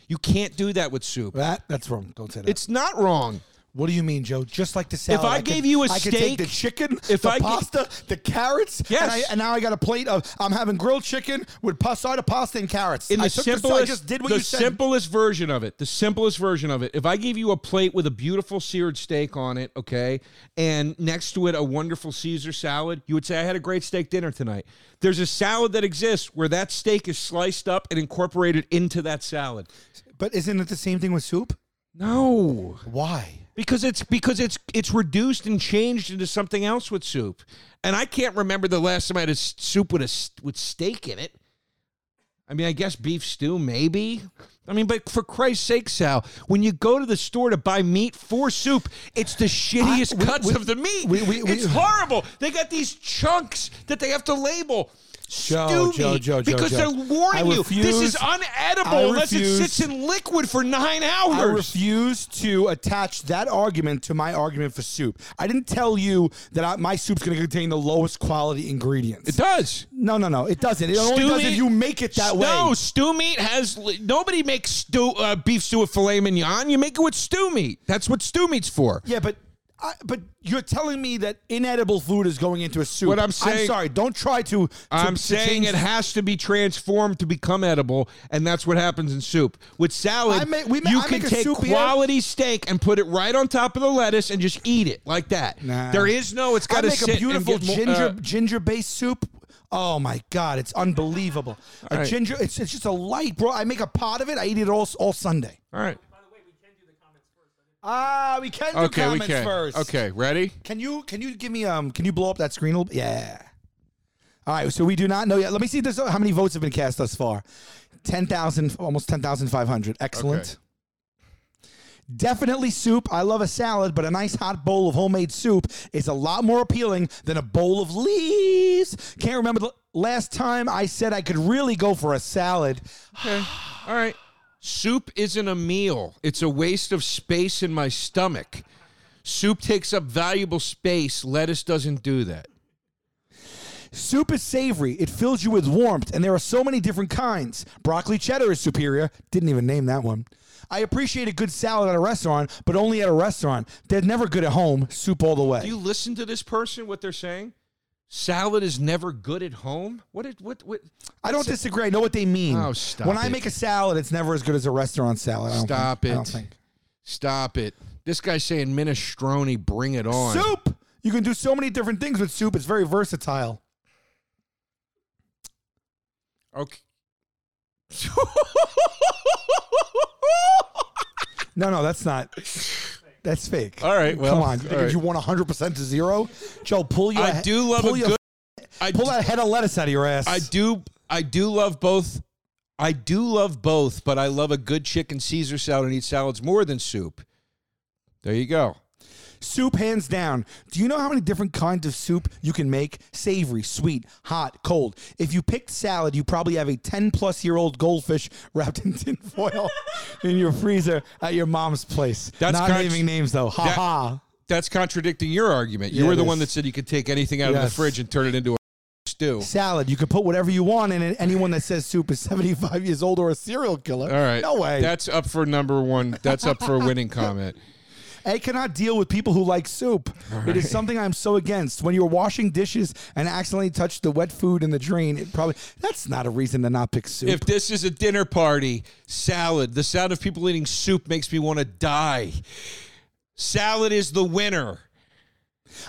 Speaker 2: You can't do that with soup.
Speaker 3: that that's wrong. Don't say that.
Speaker 2: It's not wrong.
Speaker 3: what do you mean, Joe? Just like the salad.
Speaker 2: I gave you a
Speaker 3: I could take
Speaker 2: steak-
Speaker 3: the chicken,
Speaker 2: if
Speaker 3: the
Speaker 2: I g-
Speaker 3: pasta, the carrots.
Speaker 2: Yes.
Speaker 3: and, I, and now I got a plate of. I'm having grilled chicken with pas- side of pasta and carrots.
Speaker 2: In the
Speaker 3: I took
Speaker 2: simplest,
Speaker 3: the, I just did what
Speaker 2: the
Speaker 3: you said.
Speaker 2: simplest version of it. The simplest version of it. If I gave you a plate with a beautiful seared steak on it, okay, and next to it a wonderful Caesar salad, you would say I had a great steak dinner tonight. There's a salad that exists where that steak is sliced up and incorporated into that salad.
Speaker 3: but isn't it the same thing with soup?
Speaker 2: No,
Speaker 3: Why?
Speaker 2: because it's because it's it's reduced and changed into something else with soup. And I can't remember the last time I had a s- soup with a s- with steak in it. I mean, I guess beef stew, maybe. I mean, but for Christ's sake, Sal, when you go to the store to buy meat for soup, it's the shittiest cuts of the meat.
Speaker 3: we- we- we-
Speaker 2: it's horrible. They got these chunks that they have to label.
Speaker 3: Joe,
Speaker 2: stew
Speaker 3: Joe,
Speaker 2: meat,
Speaker 3: Joe, Joe,
Speaker 2: because
Speaker 3: Joe.
Speaker 2: they're
Speaker 3: I
Speaker 2: warning you this
Speaker 3: refuse-
Speaker 2: is unedible
Speaker 3: I
Speaker 2: unless it
Speaker 3: refuse-
Speaker 2: sits in liquid for nine hours.
Speaker 3: I refuse to attach that argument to my argument for soup. I didn't tell you that I, my soup's going to contain the lowest quality ingredients.
Speaker 2: it does.
Speaker 3: no, no, no. It doesn't. It only does if
Speaker 2: meat-
Speaker 3: you make it that way.
Speaker 2: No, stew meat has nobody makes stew uh, beef stew with filet mignon. You make it with stew meat. That's what stew meat's for.
Speaker 3: Yeah, but I, but you're telling me that inedible food is going into a soup.
Speaker 2: What I'm saying-
Speaker 3: I'm sorry. Don't try to. to-
Speaker 2: I'm
Speaker 3: to
Speaker 2: saying
Speaker 3: change-
Speaker 2: it has to be transformed to become edible, and that's what happens in soup. With salad,
Speaker 3: I make- we ma-
Speaker 2: you
Speaker 3: I
Speaker 2: can
Speaker 3: make a
Speaker 2: take
Speaker 3: soup here.
Speaker 2: quality steak and put it right on top of the lettuce and just eat it like that.
Speaker 3: Nah.
Speaker 2: There is no, it's
Speaker 3: I
Speaker 2: got to
Speaker 3: make
Speaker 2: sit
Speaker 3: a beautiful
Speaker 2: and get more,
Speaker 3: ginger
Speaker 2: uh,
Speaker 3: ginger based soup. Oh my god, it's unbelievable. A
Speaker 2: right.
Speaker 3: ginger. It's it's just a light, bro. I make a pot of it. I eat it all all Sunday.
Speaker 2: all right.
Speaker 3: Ah, we can do
Speaker 2: Okay, we
Speaker 3: comments
Speaker 2: can.
Speaker 3: first.
Speaker 2: Okay, ready?
Speaker 3: Can you can you give me um can you blow up that screen a little bit? Yeah. All right, so we do not know yet. Let me see this, how many votes have been cast thus far. 10,000 almost 10,500. Excellent.
Speaker 2: Okay.
Speaker 3: Definitely soup. I love a salad, but a nice hot bowl of homemade soup is a lot more appealing than a bowl of leaves. Can't remember the last time I said I could really go for a salad.
Speaker 2: All right. Soup isn't a meal. It's a waste of space in my stomach. Soup takes up valuable space. Lettuce doesn't do that.
Speaker 3: Soup is savory. It fills you with warmth, and there are so many different kinds. Broccoli cheddar is superior. Didn't even name that one. I appreciate a good salad at a restaurant, but only at a restaurant. They're never good at home. Soup all the way.
Speaker 2: Do you listen to this person what they're saying? Salad is never good at home? What did what what
Speaker 3: I don't disagree. I know what they mean.
Speaker 2: Oh, stop
Speaker 3: when I
Speaker 2: it.
Speaker 3: make a salad, it's never as good as a restaurant salad. I don't
Speaker 2: Stop
Speaker 3: think.
Speaker 2: it.
Speaker 3: I don't think.
Speaker 2: Stop it. This guy's saying minestrone, bring it on.
Speaker 3: Soup. You can do so many different things with soup. It's very versatile.
Speaker 2: <laughs> Okay.
Speaker 3: No, no, that's not. That's fake.
Speaker 2: All right, well,
Speaker 3: come on. You,
Speaker 2: all right.
Speaker 3: you want 100% to zero? Joe, pull your.
Speaker 2: I do love
Speaker 3: pull
Speaker 2: a
Speaker 3: your-
Speaker 2: good I
Speaker 3: Pull that head of lettuce out of your ass.
Speaker 2: I do I do love both. I do love both, but I love a good chicken Caesar salad and eat salads more than soup. There you go.
Speaker 3: Soup, hands down. Do you know how many different kinds of soup you can make? Savory, sweet, hot, cold. If you picked salad, you probably have a 10 plus year old goldfish wrapped <laughs> in tin foil in your freezer at your mom's place.
Speaker 2: That's
Speaker 3: Not
Speaker 2: correct.
Speaker 3: naming names though. Ha
Speaker 2: That-
Speaker 3: ha.
Speaker 2: That's contradicting your argument. You
Speaker 3: Yeah,
Speaker 2: were the
Speaker 3: it
Speaker 2: one
Speaker 3: is.
Speaker 2: that said you could take anything out of the
Speaker 3: Yes.
Speaker 2: fridge and turn it into a stew.
Speaker 3: Salad, you can put whatever you want in it. Anyone that says soup is <laughs> 75 years old or a serial killer.
Speaker 2: All right.
Speaker 3: No way.
Speaker 2: That's up for number one. That's up for a
Speaker 3: <laughs>
Speaker 2: winning comment.
Speaker 3: I cannot deal with people who like soup. It is something I'm so against. When you're washing dishes and accidentally touch the wet food in the drain, it probably that's not a reason to not pick soup.
Speaker 2: If this is a dinner party, salad, the sound of people eating soup makes me want to die. Salad is the winner.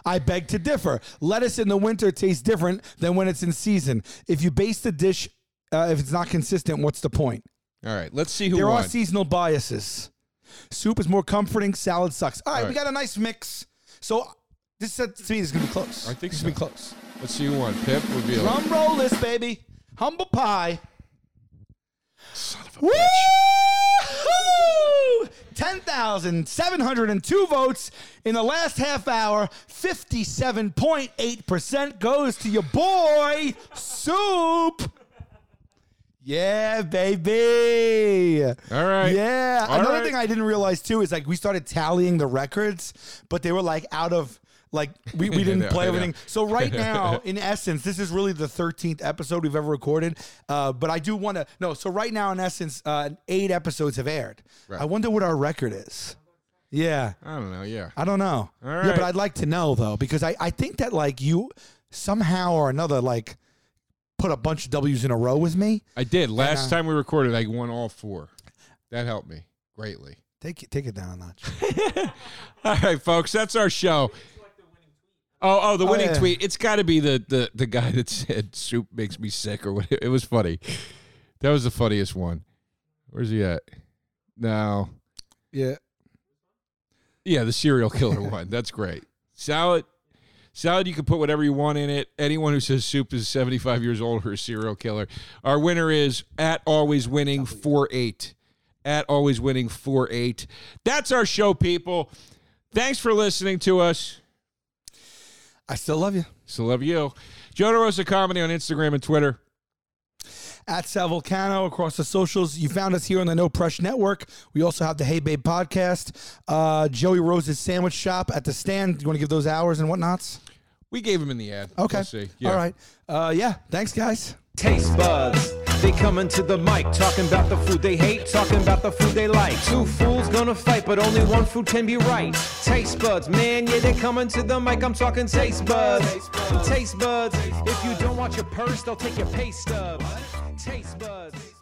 Speaker 3: I beg to differ. Lettuce in the winter tastes different than when it's in season. If you base the dish, uh, if it's not consistent, what's the point?
Speaker 2: All right. Let's see who
Speaker 3: there
Speaker 2: won.
Speaker 3: are seasonal biases. Soup is more comforting. Salad sucks. All right,
Speaker 2: All
Speaker 3: we
Speaker 2: right.
Speaker 3: got a nice mix. So this said to me is gonna be close.
Speaker 2: I think
Speaker 3: it's
Speaker 2: so.
Speaker 3: gonna be close.
Speaker 2: Let's see who won. Pip reveal.
Speaker 3: Drum roll this baby. Humble pie. Son of a <laughs> bitch. 10,702 votes in the last half hour. 57.8% goes to your boy, Soup. Yeah, baby.
Speaker 2: All right.
Speaker 3: Yeah.
Speaker 2: All
Speaker 3: Another
Speaker 2: right.
Speaker 3: thing I didn't realize too is like we started tallying the records, but they were like out of like we, we didn't
Speaker 2: know, I
Speaker 3: play
Speaker 2: know.
Speaker 3: everything. So right now, in essence, this is really the 13th episode we've ever recorded. Uh, but I do want to no. So right now, in essence, uh, eight episodes have aired. I wonder what our record is. Yeah.
Speaker 2: I don't know. Yeah.
Speaker 3: I don't know. Yeah,
Speaker 2: right.
Speaker 3: but I'd like to know though, because I, I think that like you somehow or another like put a bunch of W's in a row with me.
Speaker 2: I did. Last
Speaker 3: uh,
Speaker 2: time we recorded, I won all four. That helped me greatly.
Speaker 3: Take it take it down a notch.
Speaker 2: <laughs> All right, folks, that's our show. Oh, oh, the winning
Speaker 3: yeah.
Speaker 2: tweet. It's got to be the, the the guy that said soup makes me sick or whatever. It was funny. That was the funniest one. Where's he at? No.
Speaker 3: yeah.
Speaker 2: Yeah, the serial killer <laughs> one. That's great. Salad. Salad, you can put whatever you want in it. Anyone who says soup is 75 years old or a serial killer. Our winner is at always winning 4 8. At always winning 4 8. That's our show, people. Thanks for listening to us.
Speaker 3: I still love you.
Speaker 2: Still love you. Joe DeRosa Comedy on Instagram and Twitter.
Speaker 3: At Sal Volcano across the socials. You found us here on the No Press Network. We also have the Hey Babe podcast. Uh, Joey Rose's sandwich shop at the stand. You want to give those hours and whatnots?
Speaker 2: We gave him in the ad.
Speaker 3: Okay.
Speaker 2: We'll see. Yeah.
Speaker 3: All right. Uh, yeah. Thanks, guys.
Speaker 1: Taste buds. They coming to the mic, talking about the food they hate, talking about the food they like. Two fools gonna fight, but only one food can be right. Taste buds, man, yeah, they coming to the mic. I'm talking taste buds. Taste buds. If you don't watch your purse, they'll take your pay stubs. Taste buds.